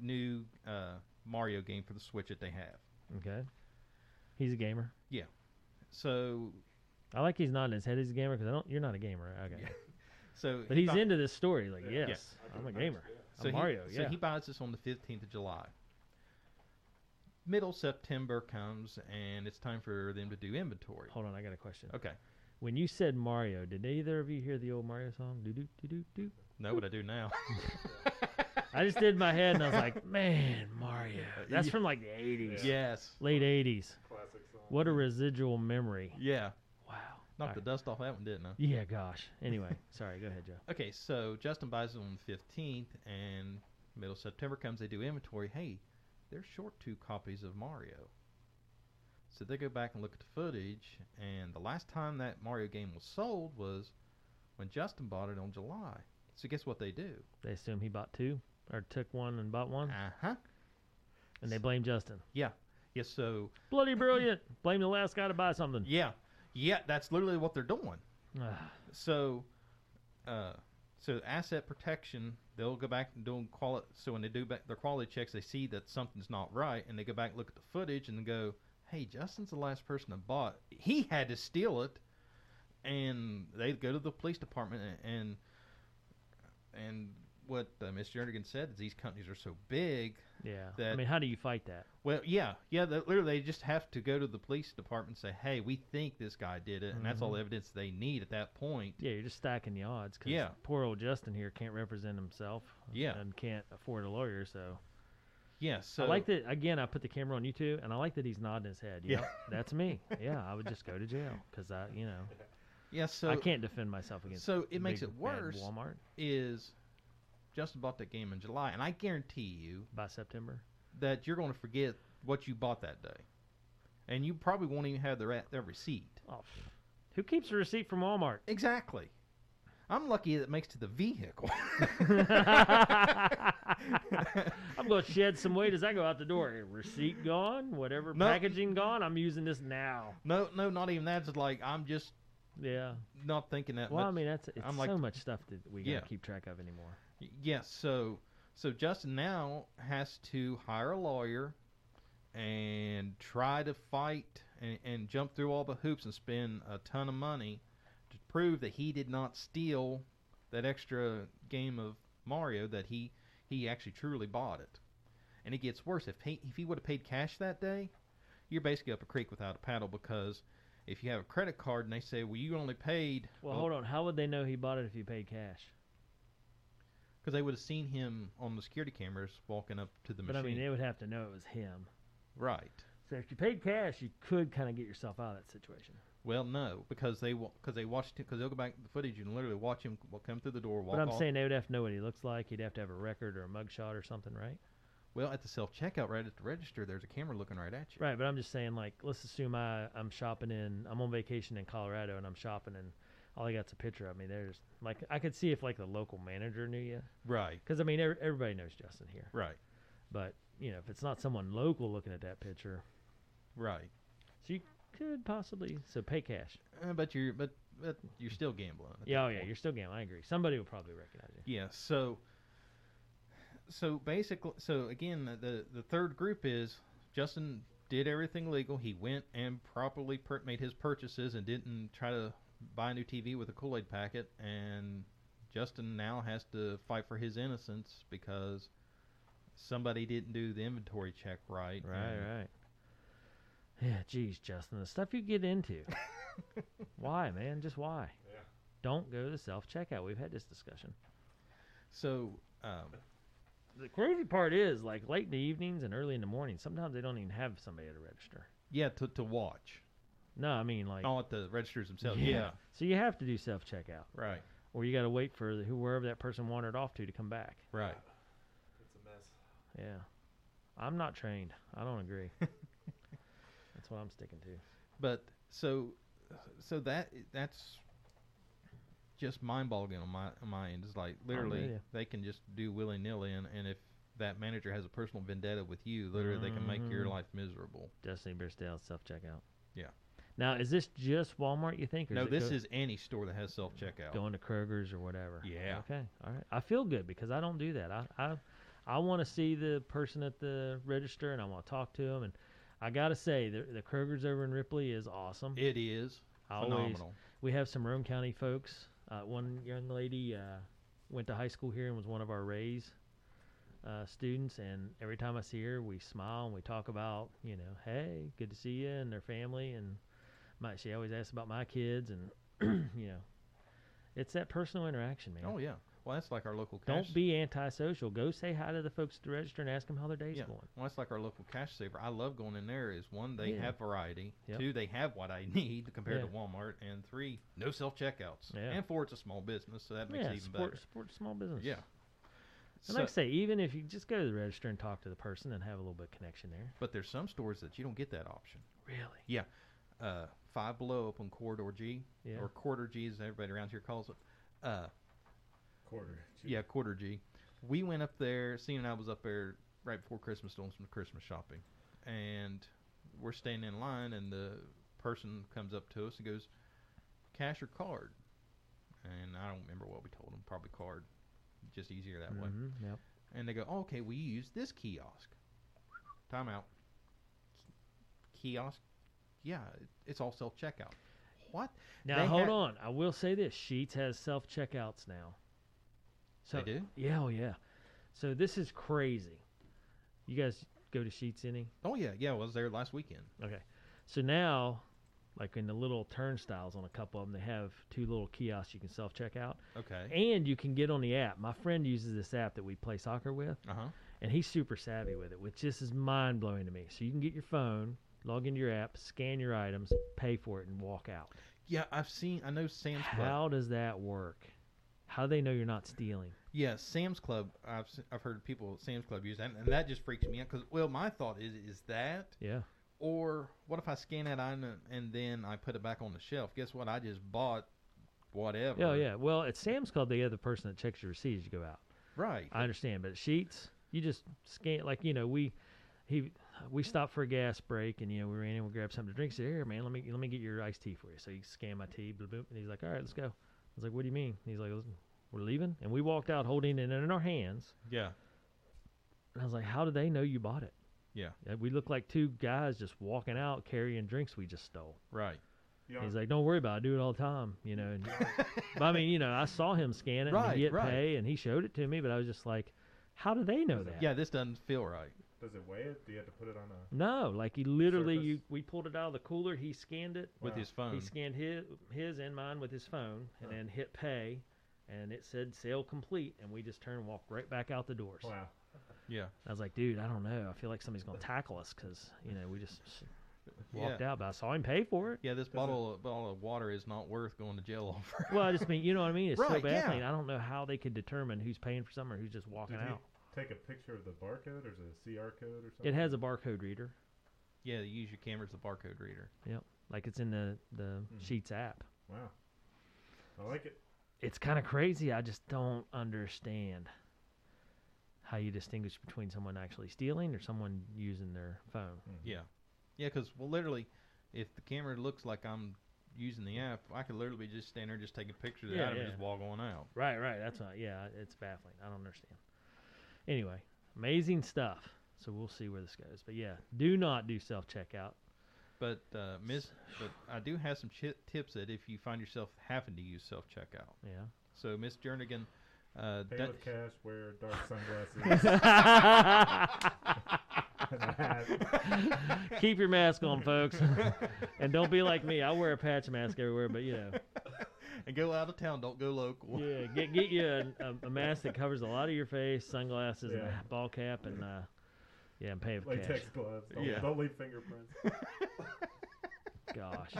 Speaker 2: new uh, Mario game for the Switch that they have.
Speaker 1: Okay. He's a gamer.
Speaker 2: So,
Speaker 1: I like he's nodding his head. He's a gamer because I don't. You're not a gamer. Okay.
Speaker 2: Yeah. so
Speaker 1: But
Speaker 2: he
Speaker 1: he's
Speaker 2: buy-
Speaker 1: into this story. Like,
Speaker 3: Yeah.
Speaker 1: yes,
Speaker 3: I
Speaker 1: I'm
Speaker 3: could've
Speaker 1: a
Speaker 3: noticed,
Speaker 1: gamer.
Speaker 3: yeah.
Speaker 1: I'm Mario.
Speaker 2: He,
Speaker 1: yeah.
Speaker 2: So he buys this on the 15th of July. Middle September comes and it's time for them to do inventory.
Speaker 1: Hold on, I got a question.
Speaker 2: Okay,
Speaker 1: When you said Mario, did either of you hear the old Mario song? Do do do do do.
Speaker 2: know what I
Speaker 1: *laughs*
Speaker 2: do now.
Speaker 1: I just did my head and I was like, *laughs* man, Mario.
Speaker 2: Uh,
Speaker 1: That's
Speaker 2: yeah.
Speaker 1: from like the 80s,
Speaker 2: yes.
Speaker 1: late 80s.
Speaker 3: Classic song.
Speaker 1: What a residual memory.
Speaker 2: Yeah.
Speaker 1: Wow.
Speaker 2: Knocked
Speaker 1: All
Speaker 2: the dust off that one, didn't I?
Speaker 1: Yeah, gosh.
Speaker 2: *laughs*
Speaker 1: Anyway, sorry. Go ahead, Joe.
Speaker 2: Okay, so Justin buys it on the 15th, and middle of September comes, they do inventory. Hey, they're short two copies of Mario. So they go back and look at the footage, and the last time that Mario game was sold was when Justin bought it on July. So guess what they do?
Speaker 1: They assume he bought two or took one and bought one,
Speaker 2: Uh huh.
Speaker 1: and they blame Justin.
Speaker 2: Yes, so
Speaker 1: Bloody brilliant. blame the last guy to buy something.
Speaker 2: yeah, yeah, that's literally what they're doing.
Speaker 1: Ah,
Speaker 2: So, uh, so asset protection, they'll go back and doing quality. So when they do back their quality checks, they see that something's not right, and they go back and look at the footage and go, "Hey, Justin's the last person that bought. He had to steal it." And they go to the police department a- and and what uh, Mr. Jernigan said is these companies are so big.
Speaker 1: Yeah. I
Speaker 2: That-
Speaker 1: mean, how do you fight that?
Speaker 2: Well, yeah, yeah. They, literally, they just have to go to the police department and say, "Hey, we think this guy did it," and that's
Speaker 1: Mm-hmm.
Speaker 2: all the evidence they need at that point.
Speaker 1: Yeah, you're just stacking the odds because
Speaker 2: Yeah.
Speaker 1: poor old Justin here can't represent himself.
Speaker 2: Yeah.
Speaker 1: And can't afford a lawyer, so.
Speaker 2: Yeah. So
Speaker 1: I like that. Again, I put the camera on you too, and I like that he's nodding his head.
Speaker 2: Yeah.
Speaker 1: Yeah, that's me. Yeah, I would just go to jail because I, you know,
Speaker 2: Yeah. So
Speaker 1: I can't defend myself against.
Speaker 2: so it makes
Speaker 1: big,
Speaker 2: it
Speaker 1: bad
Speaker 2: worse.
Speaker 1: Walmart
Speaker 2: is Justin bought that game in July, and I guarantee you
Speaker 1: by September.
Speaker 2: that you're going to forget what you bought that day, and you probably won't even have the re- that receipt.
Speaker 1: Oh, pff. who keeps a receipt from Walmart?
Speaker 2: *laughs*
Speaker 1: *laughs*
Speaker 2: Exactly. I'm lucky that it makes it to
Speaker 1: *laughs*
Speaker 2: the vehicle. *laughs*
Speaker 1: I'm going to shed some weight as I go out the door. Receipt gone, whatever
Speaker 2: No.
Speaker 1: packaging gone. I'm using this now.
Speaker 2: no, no, not even that. It's just like I'm just
Speaker 1: Yeah.
Speaker 2: not thinking that.
Speaker 1: Well, I
Speaker 2: much.
Speaker 1: mean, that's it's
Speaker 2: I'm like-
Speaker 1: so much stuff that we
Speaker 2: Yeah.
Speaker 1: got to keep track of anymore.
Speaker 2: Yes. so, so Justin now has to hire a lawyer and try to fight and, and jump through all the hoops and spend a ton of money to prove that he did not steal that extra game of Mario that he he actually truly bought it. And it gets worse if he if he would have paid cash that day, you're basically up a creek without a paddle because if you have a credit card and they say, "Well, you only paid,"
Speaker 1: Well, hold on. How would they know he bought it if he paid cash?
Speaker 2: because they would have seen him on the security cameras walking up to the
Speaker 1: But I
Speaker 2: machine.
Speaker 1: mean, they would have to know it was him.
Speaker 2: Right.
Speaker 1: So if you paid cash, you could kind of get yourself out of that situation.
Speaker 2: Well, no, because they because they watched because they'll go back to the footage and literally watch him w- come through the door, walk
Speaker 1: but I'm
Speaker 2: off.
Speaker 1: saying they would have to know what he looks like. He'd have to have a record or a mugshot or something, right?
Speaker 2: well, at the self checkout, right at the register, there's a camera looking right at you.
Speaker 1: Right, but I'm just saying, like, let's assume I, I'm shopping in, I'm on vacation in Colorado and I'm shopping and all I got's a picture of me. There's, like, I could see if, like, the local manager knew you.
Speaker 2: Right.
Speaker 1: Because, I mean, every, everybody knows Justin here.
Speaker 2: Right.
Speaker 1: But, you know, if it's not someone local looking at that picture,
Speaker 2: Right.
Speaker 1: so you could possibly, so pay cash.
Speaker 2: Uh, but you're but but you're still gambling. at
Speaker 1: Yeah,
Speaker 2: that
Speaker 1: oh, yeah,
Speaker 2: point.
Speaker 1: you're still gambling. I agree. Somebody will probably recognize you.
Speaker 2: Yeah. So. So basically, so again, the- the the third group is Justin did everything legal. He went and properly per- made his purchases and didn't try to buy a new TV with a Kool Aid packet. And Justin now has to fight for his innocence because somebody didn't do the inventory check right. and-
Speaker 1: right. Yeah, geez, Justin, the stuff you get *laughs* into. why, man? Just why?
Speaker 3: Yeah.
Speaker 1: Don't go to the self checkout. We've had this discussion.
Speaker 2: So um,
Speaker 1: the crazy part is like late in the evenings and early in the morning sometimes they don't even have somebody at a register
Speaker 2: yeah, to to watch.
Speaker 1: no i mean like
Speaker 2: Oh, at the registers themselves. yeah
Speaker 1: so you have to do self-checkout
Speaker 2: right.
Speaker 1: or you got to wait for the- whoever that person wandered off to to come back
Speaker 2: Right.
Speaker 3: It's a mess.
Speaker 1: yeah i'm not trained i don't
Speaker 2: *laughs*
Speaker 1: agree that's what i'm sticking to
Speaker 2: But so, so that that's just mind boggling on my on my end. It's like literally
Speaker 1: ya.
Speaker 2: they can just do willy nilly, and, and if that manager has a personal vendetta with you, literally they can make your
Speaker 1: Mhm.
Speaker 2: life miserable.
Speaker 1: destiny Bearsdale self-checkout
Speaker 2: Yeah.
Speaker 1: now is this just walmart you think or
Speaker 2: no,
Speaker 1: it
Speaker 2: this
Speaker 1: go-
Speaker 2: is any store that has self checkout.
Speaker 1: going to kroger's or whatever
Speaker 2: Yeah.
Speaker 1: okay all right i feel good because i don't do that i i, I want to see the person at the register and i want to talk to them and i gotta say the, the kroger's over in ripley is awesome
Speaker 2: It is
Speaker 1: I always-
Speaker 2: phenomenal.
Speaker 1: we have some Rome County folks. Uh, one young lady uh, went to high school here and was one of our Rays uh, students. And every time I see her, we smile and we talk about, you know, hey, good to see you and their family. And my, she always asks about my kids, and *clears throat* you know, it's that personal interaction, man.
Speaker 2: Oh yeah. Well, that's like our local. Cash,
Speaker 1: Don't be antisocial. Go say hi to the folks at the register and ask them how their day's
Speaker 2: Yeah.
Speaker 1: going.
Speaker 2: Well, that's like our local cash saver. I love going in there. Is one they
Speaker 1: Yeah.
Speaker 2: have variety.
Speaker 1: Yep.
Speaker 2: Two they have what I need compared
Speaker 1: Yeah.
Speaker 2: to Walmart. And three no self checkouts.
Speaker 1: Yeah.
Speaker 2: And four it's a small business, so that makes
Speaker 1: yeah,
Speaker 2: it even
Speaker 1: support,
Speaker 2: better.
Speaker 1: support small business.
Speaker 2: Yeah.
Speaker 1: And
Speaker 2: So-
Speaker 1: like I say, even if you just go to the register and talk to the person and have a little bit of connection there.
Speaker 2: but there's some stores that you don't get that option.
Speaker 1: Really?
Speaker 2: Uh, Five Below up on Corridor G,
Speaker 1: Yeah.
Speaker 2: or Quarter G as everybody around here calls it. Uh,
Speaker 3: Quarter. Gee,
Speaker 2: yeah, Quarter G. We went up there. Cena and I was up there right before Christmas doing some Christmas shopping, and we're standing in line, and the person comes up to us and goes, "Cash or card?" And I don't remember what we told them. Probably card. Just easier that way.
Speaker 1: Mhm, Yep.
Speaker 2: And they go, oh, okay, we use this kiosk. Time out. Kiosk? Yeah, it- it's all self checkout. What?
Speaker 1: Now
Speaker 2: They
Speaker 1: hold
Speaker 2: had-
Speaker 1: on. I will say this: Sheets has self checkouts now, So
Speaker 2: they do?
Speaker 1: yeah, oh yeah. So this is crazy. You guys go to Sheets any?
Speaker 2: Oh yeah, yeah. I was there last weekend.
Speaker 1: Okay. So now, like in the little turnstiles on a couple of them, they have two little kiosks you can self check out,
Speaker 2: Okay.
Speaker 1: and you can get on the app. My friend uses this app that we play soccer with,
Speaker 2: Uh huh.
Speaker 1: and he's super savvy with it, which this is mind blowing to me. So you can get your phone, log into your app, scan your items, pay for it, and walk out.
Speaker 2: Yeah, I've seen. I know Sam's Club.
Speaker 1: How does that work? How do they know you're not stealing?
Speaker 2: Yeah, Sam's Club. I've s- I've heard people at Sam's Club use that, and that just freaks me out. Because well, my thought is is that
Speaker 1: Yeah.
Speaker 2: or what if I scan that item and then I put it back on the shelf? Guess what? I just bought whatever.
Speaker 1: Yeah, yeah. Well, at Sam's Club, they have the person that checks your receipts. You go out.
Speaker 2: Right.
Speaker 1: I understand, but at Sheets, you just scan like you know we he we stopped for a gas break and you know we ran in we grabbed something to drink. He said, "Here, man, let me let me get your iced tea for you." So he scanned my tea, boop, boop, and he's like, "All right, let's go." I was like, "What do you mean?" He's like, "Listen, "We're leaving," and we walked out holding it in our hands.
Speaker 2: yeah.
Speaker 1: And I was like, "How do they know you bought it?"
Speaker 2: Yeah.
Speaker 1: Uh, We look like two guys just walking out carrying drinks we just stole.
Speaker 2: Right.
Speaker 3: You
Speaker 1: And
Speaker 3: know,
Speaker 1: He's like, "Don't worry about it. I do it all the time." You know, and but I mean, you know, I saw him scan it
Speaker 2: Right,
Speaker 1: and get
Speaker 2: right.
Speaker 1: pay, and he showed it to me. But I was just like, "How do they know that?"
Speaker 2: Yeah, this doesn't feel right.
Speaker 3: does it weigh it? Do you have to put it on a?
Speaker 1: No, like he literally,
Speaker 3: Surface?
Speaker 1: you, we pulled it out of the cooler. He scanned it.
Speaker 2: With
Speaker 3: Wow.
Speaker 2: his phone.
Speaker 1: He scanned his his and mine with his phone, and
Speaker 3: Huh.
Speaker 1: then hit pay, and it said sale complete. And we just turned and walked right back out the doors.
Speaker 3: Wow.
Speaker 2: yeah.
Speaker 1: I was like, dude, I don't know. I feel like somebody's gonna tackle us because you know we just s- walked out, but I saw him pay for it.
Speaker 2: Yeah, this bottle of, bottle of water is not worth going to jail *laughs* over.
Speaker 1: Well, I just mean, you know what I mean? It's so
Speaker 2: Right,
Speaker 1: bad.
Speaker 2: yeah.
Speaker 1: thing. I don't know how they could determine who's paying for something or who's just walking
Speaker 3: Did he
Speaker 1: out.
Speaker 3: take a picture of the barcode or is it a CR code or something?
Speaker 1: It has a barcode reader,
Speaker 2: yeah, you use your camera as a barcode reader.
Speaker 1: like it's in the the Sheets app.
Speaker 3: Wow. I like it.
Speaker 1: it's kind of crazy. I just don't understand how you distinguish between someone actually stealing or someone using their phone.
Speaker 2: Yeah. Yeah, because, well, literally, if the camera looks like I'm using the app, I could literally just stand there and just take a picture of the
Speaker 1: Yeah,
Speaker 2: item
Speaker 1: yeah.
Speaker 2: and just walk on out.
Speaker 1: Right, right. That's not. Yeah, it's baffling. I don't understand. Anyway, amazing stuff. So we'll see where this goes. But yeah, do not do self checkout.
Speaker 2: But, uh, miss, but I do have some chi tips that if you find yourself having to use self checkout. So, Miss Jernigan, uh,
Speaker 3: Pay
Speaker 2: dun-
Speaker 3: with cash, wear
Speaker 1: *laughs*
Speaker 3: dark sunglasses.
Speaker 1: Yeah.
Speaker 3: and a hat.
Speaker 1: Keep your mask on, *laughs* folks, and don't be like me. I wear a patch mask everywhere, but you know.
Speaker 2: and *laughs* go out of town. Don't go
Speaker 1: *laughs*
Speaker 2: local.
Speaker 1: Yeah, get get you a, a, a mask that covers a lot of your face, sunglasses, and
Speaker 3: Yeah.
Speaker 1: a ball cap, and uh, yeah, and pay with
Speaker 3: Latex
Speaker 1: cash.
Speaker 3: gloves. Don't,
Speaker 2: Yeah.
Speaker 3: don't leave fingerprints.
Speaker 1: Gosh.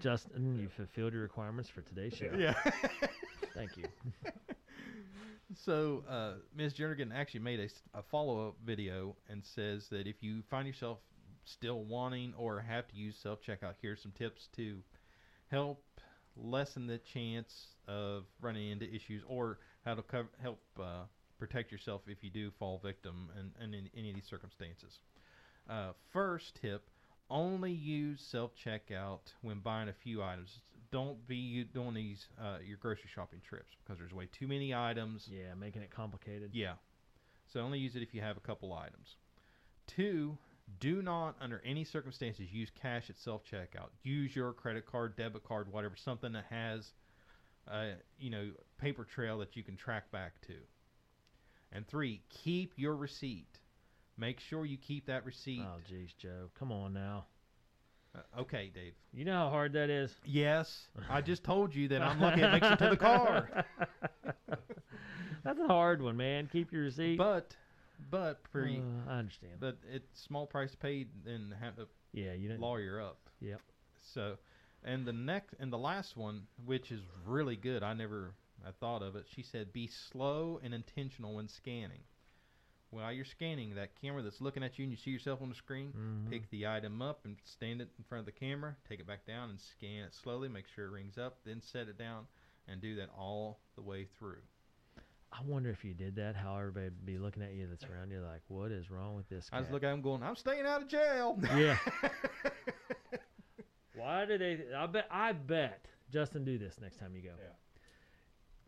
Speaker 1: Justin, you fulfilled your requirements for today's show.
Speaker 2: *laughs* Yeah.
Speaker 1: Thank you.
Speaker 2: so, uh, Ms. Jernigan actually made a, s- a follow up video and says that if you find yourself still wanting or have to use self checkout, here's some tips to help lessen the chance of running into issues or how to cover, help uh, protect yourself if you do fall victim in, in, in any of these circumstances. Uh, first tip only use self checkout when buying a few items. Don't be u- doing these uh, your grocery shopping trips because there's way too many items.
Speaker 1: Yeah, making it complicated.
Speaker 2: Yeah. So only use it if you have a couple items. Two, do not under any circumstances use cash at self checkout. Use your credit card, debit card, whatever, something that has uh, you know, paper trail that you can track back to. And three, keep your receipt. Make sure you keep that receipt.
Speaker 1: Oh, jeez, Joe, come on now.
Speaker 2: Uh, okay, Dave.
Speaker 1: You know how hard that is.
Speaker 2: Yes,
Speaker 1: *laughs*
Speaker 2: I just told you that I'm lucky it makes it to the car.
Speaker 1: That's a hard one, man. Keep your receipt.
Speaker 2: But, but for y-
Speaker 1: Uh, I understand.
Speaker 2: but it's small price paid and have to
Speaker 1: yeah, you didn't.
Speaker 2: lawyer up.
Speaker 1: Yep.
Speaker 2: So, and the next and the last one, which is really good, I never I thought of it. She said, "Be slow and intentional when scanning." While you're scanning, that camera that's looking at you and you see yourself on the screen,
Speaker 1: Mhm.
Speaker 2: pick the item up and stand it in front of the camera. Take it back down and scan it slowly. Make sure it rings up. Then set it down and do that all the way through.
Speaker 1: I wonder if you did that, how everybody'd be looking at you that's around you, like, what is wrong with this guy?
Speaker 2: I was looking at him going, I'm staying out of jail. *laughs*
Speaker 1: Yeah. *laughs* Why do they? I bet. I bet. Justin, do this next time you go.
Speaker 3: Yeah.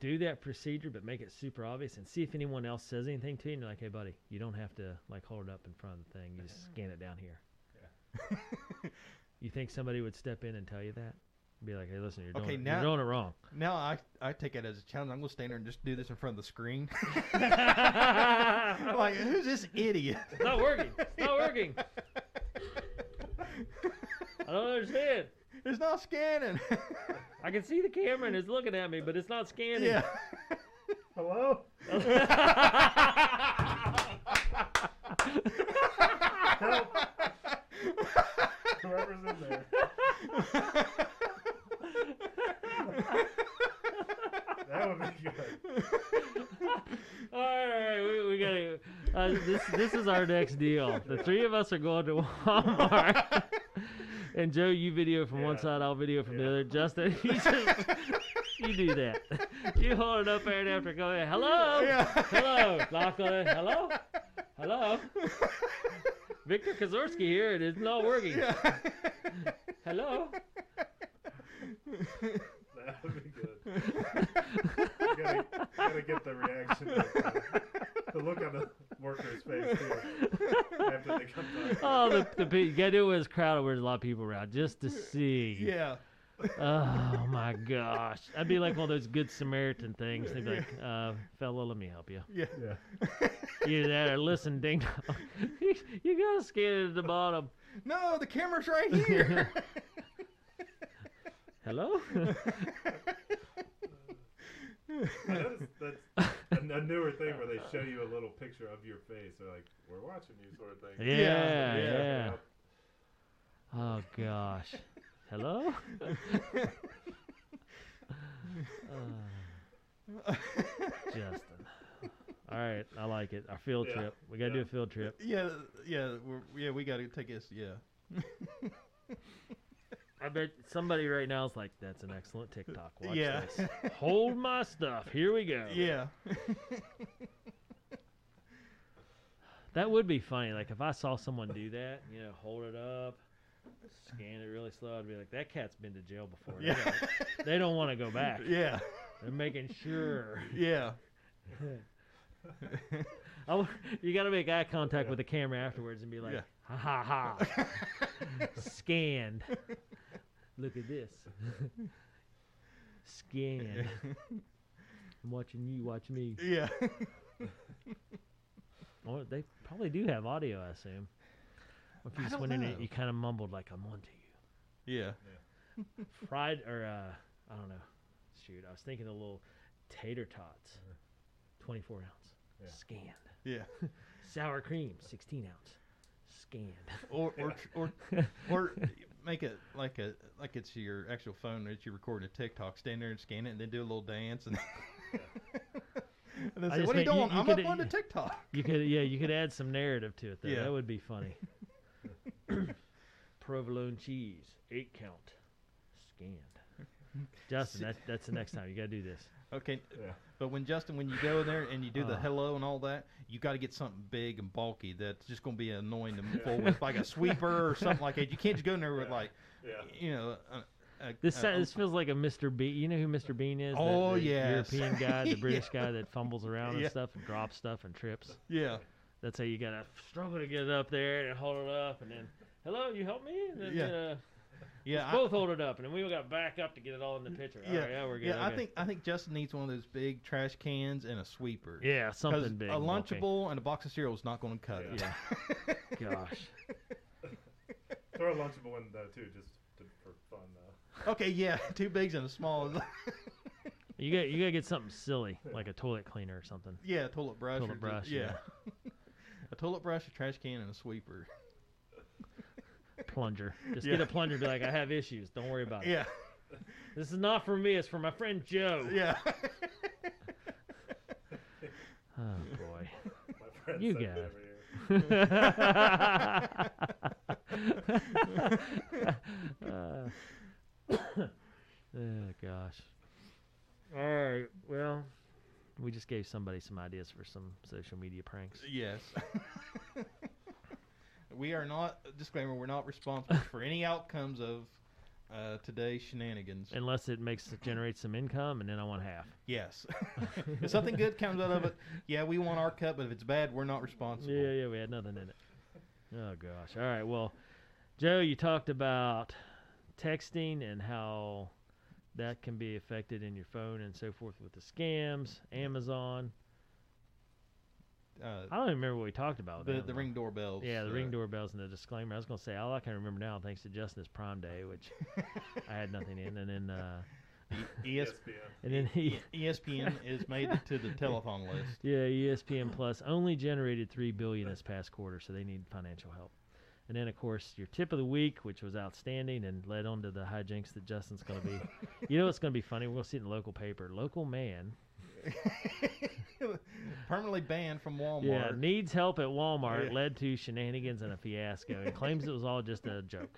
Speaker 1: Do that procedure, but make it super obvious, and see if anyone else says anything to you. And you're like, "Hey, buddy, you don't have to like hold it up in front of the thing. You just scan it down here."
Speaker 3: Yeah.
Speaker 1: you think somebody would step in and tell you that? Be like, hey, listen, you're doing,
Speaker 2: Okay,
Speaker 1: it-
Speaker 2: now-
Speaker 1: you're doing it wrong.
Speaker 2: Now I, I take it as a challenge. I'm gonna stand there and just do this in front of
Speaker 1: *laughs*
Speaker 2: the screen. *laughs* like who's this idiot?
Speaker 1: It's not working. It's not working. I don't understand.
Speaker 2: It's not scanning.
Speaker 1: I can see the camera and it's looking at me, but it's not scanning.
Speaker 2: yeah.
Speaker 3: Hello?
Speaker 1: *laughs*
Speaker 2: *laughs*
Speaker 3: Help. Whoever's in there. That would be good.
Speaker 1: All right, we, we gotta. Uh, this this is our next deal. The three of us are going to Walmart, *laughs* and Joe, you video from one
Speaker 3: Yeah.
Speaker 1: side, I'll video from the
Speaker 3: Yeah.
Speaker 1: other. Justin, *laughs* you just you do that. *laughs* You hold it up there and after go, hello,
Speaker 2: Yeah.
Speaker 1: hello, knock on it, hello, hello. Victor Kazorski here. It is not working. *laughs* Hello.
Speaker 3: That would be good. You gotta, gotta get the reaction, of the, the look on the worker's face too, after they come back.
Speaker 1: Oh, the, the pe- you gotta do it when it's crowded, where there's a lot of people around, just to see.
Speaker 2: yeah.
Speaker 1: Oh my gosh, that'd be like one of those Good Samaritan things. They'd be like, uh, "Fellow, let me help you."
Speaker 2: Yeah. *laughs*
Speaker 3: Yeah.
Speaker 1: Either that or listen, ding dong. *laughs* you, you gotta scan it at the bottom.
Speaker 2: No, the camera's right
Speaker 1: *laughs*
Speaker 2: here.
Speaker 1: Hello. *laughs*
Speaker 3: I noticed that's a, a newer thing where they show you a little picture of your face. They're like, we're watching you, sort of
Speaker 1: yeah,
Speaker 3: thing.
Speaker 1: yeah,
Speaker 2: yeah,
Speaker 1: Oh gosh. Hello. Uh, Justin. All right, I like it. Our field
Speaker 3: Yeah,
Speaker 1: trip. We gotta do
Speaker 3: yeah.
Speaker 1: a field trip.
Speaker 2: yeah, yeah, we're, yeah. We gotta take this. Yeah,
Speaker 1: I bet somebody right now is like, "That's an excellent TikTok." Watch
Speaker 2: Yeah.
Speaker 1: this. Hold my stuff. Here we go.
Speaker 2: *laughs* yeah.
Speaker 1: That would be funny. Like if I saw someone do that, you know, hold it up, scan it really slow, I'd be like, "That cat's been to jail before. They
Speaker 2: Yeah.
Speaker 1: don't- They don't want to go back.
Speaker 2: yeah,
Speaker 1: They're making sure." *laughs*
Speaker 2: yeah,
Speaker 1: I w- you got to make eye contact
Speaker 3: Yeah.
Speaker 1: with the camera afterwards and be like,
Speaker 2: Yeah.
Speaker 1: "Ha ha
Speaker 2: *laughs*
Speaker 1: ha, scanned. Look at this, scanned. I'm watching you watch me.
Speaker 2: yeah.
Speaker 1: Or they probably do have audio, I assume. Or if you
Speaker 2: I
Speaker 1: just
Speaker 2: don't
Speaker 1: went in it,
Speaker 2: know.
Speaker 1: you kind of mumbled like, "I'm on to you."
Speaker 2: yeah.
Speaker 1: fried or uh, I don't know. Shoot, I was thinking a little tater tots, twenty four ounce,
Speaker 3: Yeah.
Speaker 1: scanned.
Speaker 2: Uh-huh. Yeah,
Speaker 1: Sour cream, sixteen ounce,
Speaker 2: *laughs*
Speaker 1: scanned.
Speaker 2: or or tr- or
Speaker 1: *laughs*
Speaker 2: or make it like a like it's your actual phone that you're recording a TikTok. Stand there and scan it, and then do a little dance, and, *laughs* and then
Speaker 1: I
Speaker 2: say,
Speaker 1: just
Speaker 2: "What are you
Speaker 1: think you-
Speaker 2: doing?
Speaker 1: you
Speaker 2: I'm
Speaker 1: could-
Speaker 2: up on the
Speaker 1: you-
Speaker 2: TikTok."
Speaker 1: *laughs* You could yeah, you could add some narrative to it though.
Speaker 2: Yeah.
Speaker 1: That would be
Speaker 2: *laughs*
Speaker 1: funny. *coughs* Provolone cheese, eight count,
Speaker 2: *laughs*
Speaker 1: scanned. Justin, that, that's the next time you gotta do this.
Speaker 2: Okay,
Speaker 3: Yeah.
Speaker 2: but when Justin, when you go in there and you do the
Speaker 1: Ah.
Speaker 2: hello and all that, you got to get something big and bulky that's just going to be annoying to move forward
Speaker 1: *laughs*
Speaker 2: with, like a sweeper or something like that. You can't just go in there with like,
Speaker 3: Yeah.
Speaker 2: you know, a, a,
Speaker 1: This
Speaker 2: a-
Speaker 1: sound- this feels like a Mr. Bean. You know who Mr. Bean is? The-
Speaker 2: Uh, um, Oh,
Speaker 1: the
Speaker 2: yes.
Speaker 1: European guy,
Speaker 2: *laughs*
Speaker 1: the
Speaker 2: Yeah.
Speaker 1: British guy that fumbles around
Speaker 2: Yeah.
Speaker 1: and stuff and drops stuff and trips.
Speaker 2: yeah,
Speaker 1: That's how you gotta struggle to get it up there and hold it up, and then hello, you help me. And then,
Speaker 2: Yeah.
Speaker 1: uh,
Speaker 2: yeah. I-
Speaker 1: both hold it up, and then we got to back up to get it all in the picture. Yeah, yeah, we're good.
Speaker 2: yeah. I
Speaker 1: okay.
Speaker 2: think I think Justin needs one of those big trash cans and a sweeper.
Speaker 1: yeah,
Speaker 2: 'Cause
Speaker 1: something big.
Speaker 2: A Lunchable and a box of cereal is not going to cut
Speaker 1: Okay. *laughs* Yeah. Gosh.
Speaker 3: Throw a lunchable in though too, just to, for fun though. *laughs*
Speaker 2: it. *laughs* Okay, yeah, *laughs* two bigs and a small. *laughs*
Speaker 1: You got you gotta get something silly like a toilet cleaner or something.
Speaker 2: yeah, a toilet brush.
Speaker 1: Toilet
Speaker 2: or just-
Speaker 1: brush, yeah.
Speaker 2: *laughs* a toilet brush, a trash can, and
Speaker 1: *laughs*
Speaker 2: a sweeper.
Speaker 1: Plunger. Just
Speaker 2: Yeah.
Speaker 1: get a plunger. and Be like, I have issues. Don't worry about it.
Speaker 2: Yeah,
Speaker 1: This is not for me. It's for my friend Joe. *laughs*
Speaker 2: yeah.
Speaker 1: Oh boy.
Speaker 3: My friend
Speaker 1: You got
Speaker 3: said that
Speaker 1: it.
Speaker 3: every year.
Speaker 1: *laughs* Uh, oh gosh. All right. Well, we just gave somebody some ideas for some social media pranks.
Speaker 2: Yes. *laughs* we are not disclaimer. We're not responsible for any outcomes of uh, today's shenanigans.
Speaker 1: Unless it makes it generate some income, and then I want half.
Speaker 2: yes. *laughs* if something good comes out of it, yeah, we want our cut. But if it's bad, we're not responsible.
Speaker 1: Yeah, yeah, we had nothing in it. Oh gosh. All right. Well, Joe, you talked about texting and how that can be affected in your phone and so forth with the scams, Amazon.
Speaker 2: Uh,
Speaker 1: I don't even remember what we talked about. with
Speaker 2: the, the
Speaker 1: Amazon.
Speaker 2: ring doorbells.
Speaker 1: Oh, Yeah, the ring
Speaker 2: uh,
Speaker 1: doorbells and the disclaimer. I was gonna say all I can remember now, thanks to Justin, is Prime Day, which
Speaker 2: *laughs*
Speaker 1: I had nothing in, and then uh,
Speaker 2: E-, ES,
Speaker 3: ESPN.
Speaker 1: and then he, *laughs*
Speaker 2: E ESPN is made it to the telethon list.
Speaker 1: yeah, E ESPN Plus only generated three billion this past quarter, so they need financial help. And then of course your tip of the week, which was outstanding and led on to the hijinks that Justin's gonna be. you know, it's gonna be funny. We'll see it in the local paper. Local man,
Speaker 2: Permanently banned from Walmart.
Speaker 1: yeah, needs help at Walmart
Speaker 2: Yeah.
Speaker 1: led to shenanigans and a fiasco, and claims it was all just a joke.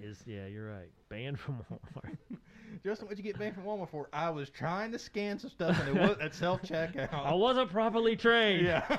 Speaker 1: Is yeah, you're right. Banned from *laughs* Walmart.
Speaker 2: *laughs* Justin, what'd you get banned from Walmart for? I was trying to scan some stuff and it was at self
Speaker 1: I
Speaker 2: checkout.
Speaker 1: wasn't properly trained.
Speaker 2: *laughs* Yeah.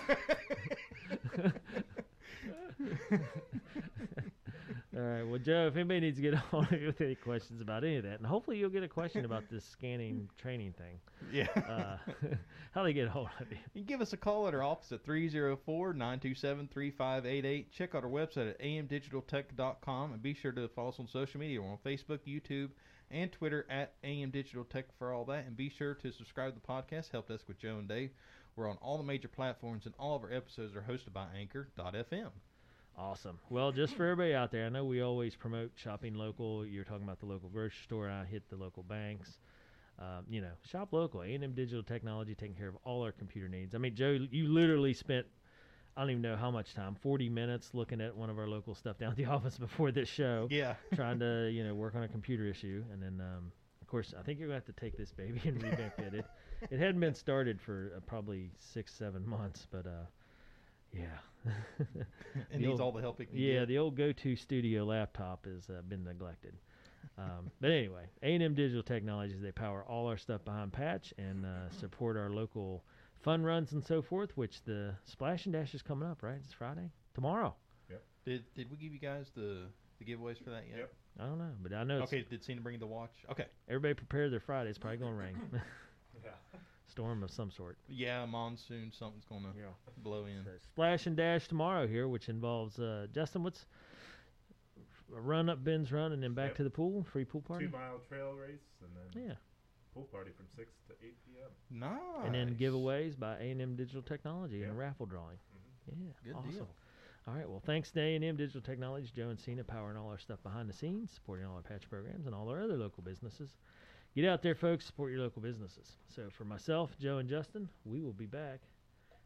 Speaker 1: All right. Well, Joe, if anybody needs to get on with any questions about any of that, and hopefully you'll get a question about this scanning training thing,
Speaker 2: yeah.
Speaker 1: uh, *laughs* how they get hold of you.
Speaker 2: You can give us a call at our office at 304 927 3588. Check out our website at amdigitaltech.com and be sure to follow us on social media. We're on Facebook, YouTube, and Twitter at AM Digital Tech for all that. And be sure to subscribe to the podcast, Help Desk with Joe and Dave. We're on all the major platforms, and all of our episodes are hosted by Anchor.fm.
Speaker 1: Awesome. Well, just for everybody out there, I know we always promote shopping local. You're talking about the local grocery store. I hit the local banks. Um, you know, shop local. A&M Digital Technology taking care of all our computer needs. I mean, Joe, you literally spent I don't even know how much time, 40 minutes looking at one of our local stuff down at the *laughs* office before this show.
Speaker 2: *laughs* Yeah.
Speaker 1: trying to you know work on a computer issue, and then um, of course I think you're gonna have to take this baby and revamp it. It, it hadn't been started for uh, probably six seven months, but uh, yeah,
Speaker 2: It
Speaker 1: The
Speaker 2: needs
Speaker 1: old-
Speaker 2: all the help it can
Speaker 1: yeah.
Speaker 2: get.
Speaker 1: The old go-to studio laptop has uh, been neglected. Um, but anyway, A&M Digital Technologies they power all our stuff behind patch and uh, support our local fun runs and so forth. Which the Splash and Dash is coming up, right? It's Friday tomorrow.
Speaker 2: Did, did we give you guys the, the giveaways for that yet?
Speaker 3: Yep.
Speaker 1: I don't know, but I know it's,
Speaker 2: Okay, did Cena bring the watch? Okay.
Speaker 1: everybody prepare their Friday. It's probably gonna rain, *laughs*
Speaker 3: Yeah.
Speaker 1: storm of some sort.
Speaker 2: Yeah, monsoon, something's going to
Speaker 1: Yeah.
Speaker 2: blow in.
Speaker 1: So splash and dash tomorrow here, which involves uh, Justin. What's a run up Ben's run and then back
Speaker 3: Yep.
Speaker 1: to the pool, free pool party.
Speaker 3: Two mile trail race and then
Speaker 1: Yeah,
Speaker 3: pool party from 6 to 8 p.m.
Speaker 2: Nice.
Speaker 1: and then giveaways by A and M Digital Technology and a
Speaker 3: Yep.
Speaker 1: raffle drawing. Yeah,
Speaker 2: Mm-hmm. Good
Speaker 1: awesome.
Speaker 2: deal.
Speaker 1: All right, well, thanks to A and M Digital Technology, Joe and Cena powering all our stuff behind the scenes, supporting all our patch programs and all our other local businesses. Get out there, folks. Support your local businesses. So for myself, Joe, and Justin, we will be back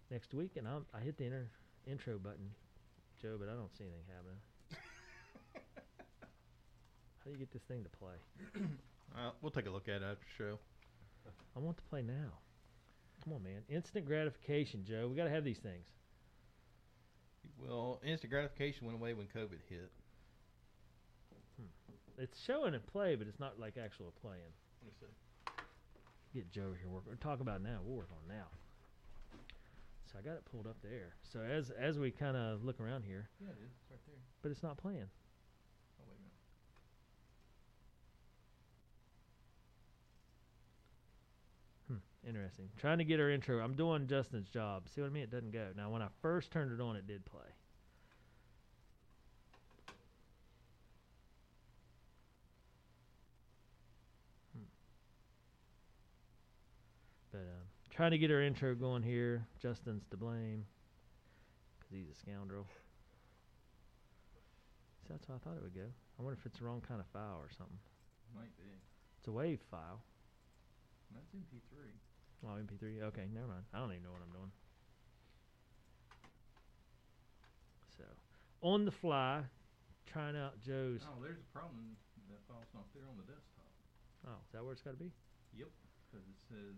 Speaker 1: next week, and I'm, I hit the inter, intro button, Joe, but I don't see anything happening.
Speaker 2: *laughs*
Speaker 1: How do you get this thing to play?
Speaker 2: Uh, we'll take a look at it after the show.
Speaker 1: I want to play now. Come on, man. Instant gratification, Joe. We got to have these things.
Speaker 2: Well, instant gratification went away when COVID hit.
Speaker 1: It's showing a play, but it's not like actual playing. get Joe over here work. We'll talk about it now. We'll work on it now. So I got it pulled up there. So as as we kind of look around here,
Speaker 2: Yeah, it is. It's right there.
Speaker 1: but it's not playing.
Speaker 2: Oh, wait a minute.
Speaker 1: Hmm, Interesting. Trying to get our intro. I'm doing Justin's job. See what I mean? It doesn't go. Now when I first turned it on, it did play. Hmm. But um, trying to get our intro going here. Justin's to blame because he's a scoundrel. See, that's how I thought it would go. I wonder if it's the wrong kind of file or something.
Speaker 2: Might be.
Speaker 1: It's a WAV file.
Speaker 2: That's MP3.
Speaker 1: Oh, MP3. Okay, never mind. I don't even know what I'm doing. So, on the fly, trying out Joe's.
Speaker 2: Oh, there's a problem. That file's not there on the desktop.
Speaker 1: Oh, is that where it's got to be?
Speaker 2: Yep. Because it says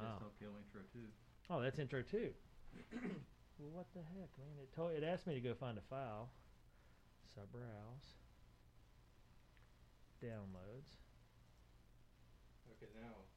Speaker 1: Oh.
Speaker 2: desktop kill intro 2.
Speaker 1: oh, that's intro two. *coughs* well, what the heck, man? It told it asked me to go find a file. So I browse. Downloads.
Speaker 2: Okay, now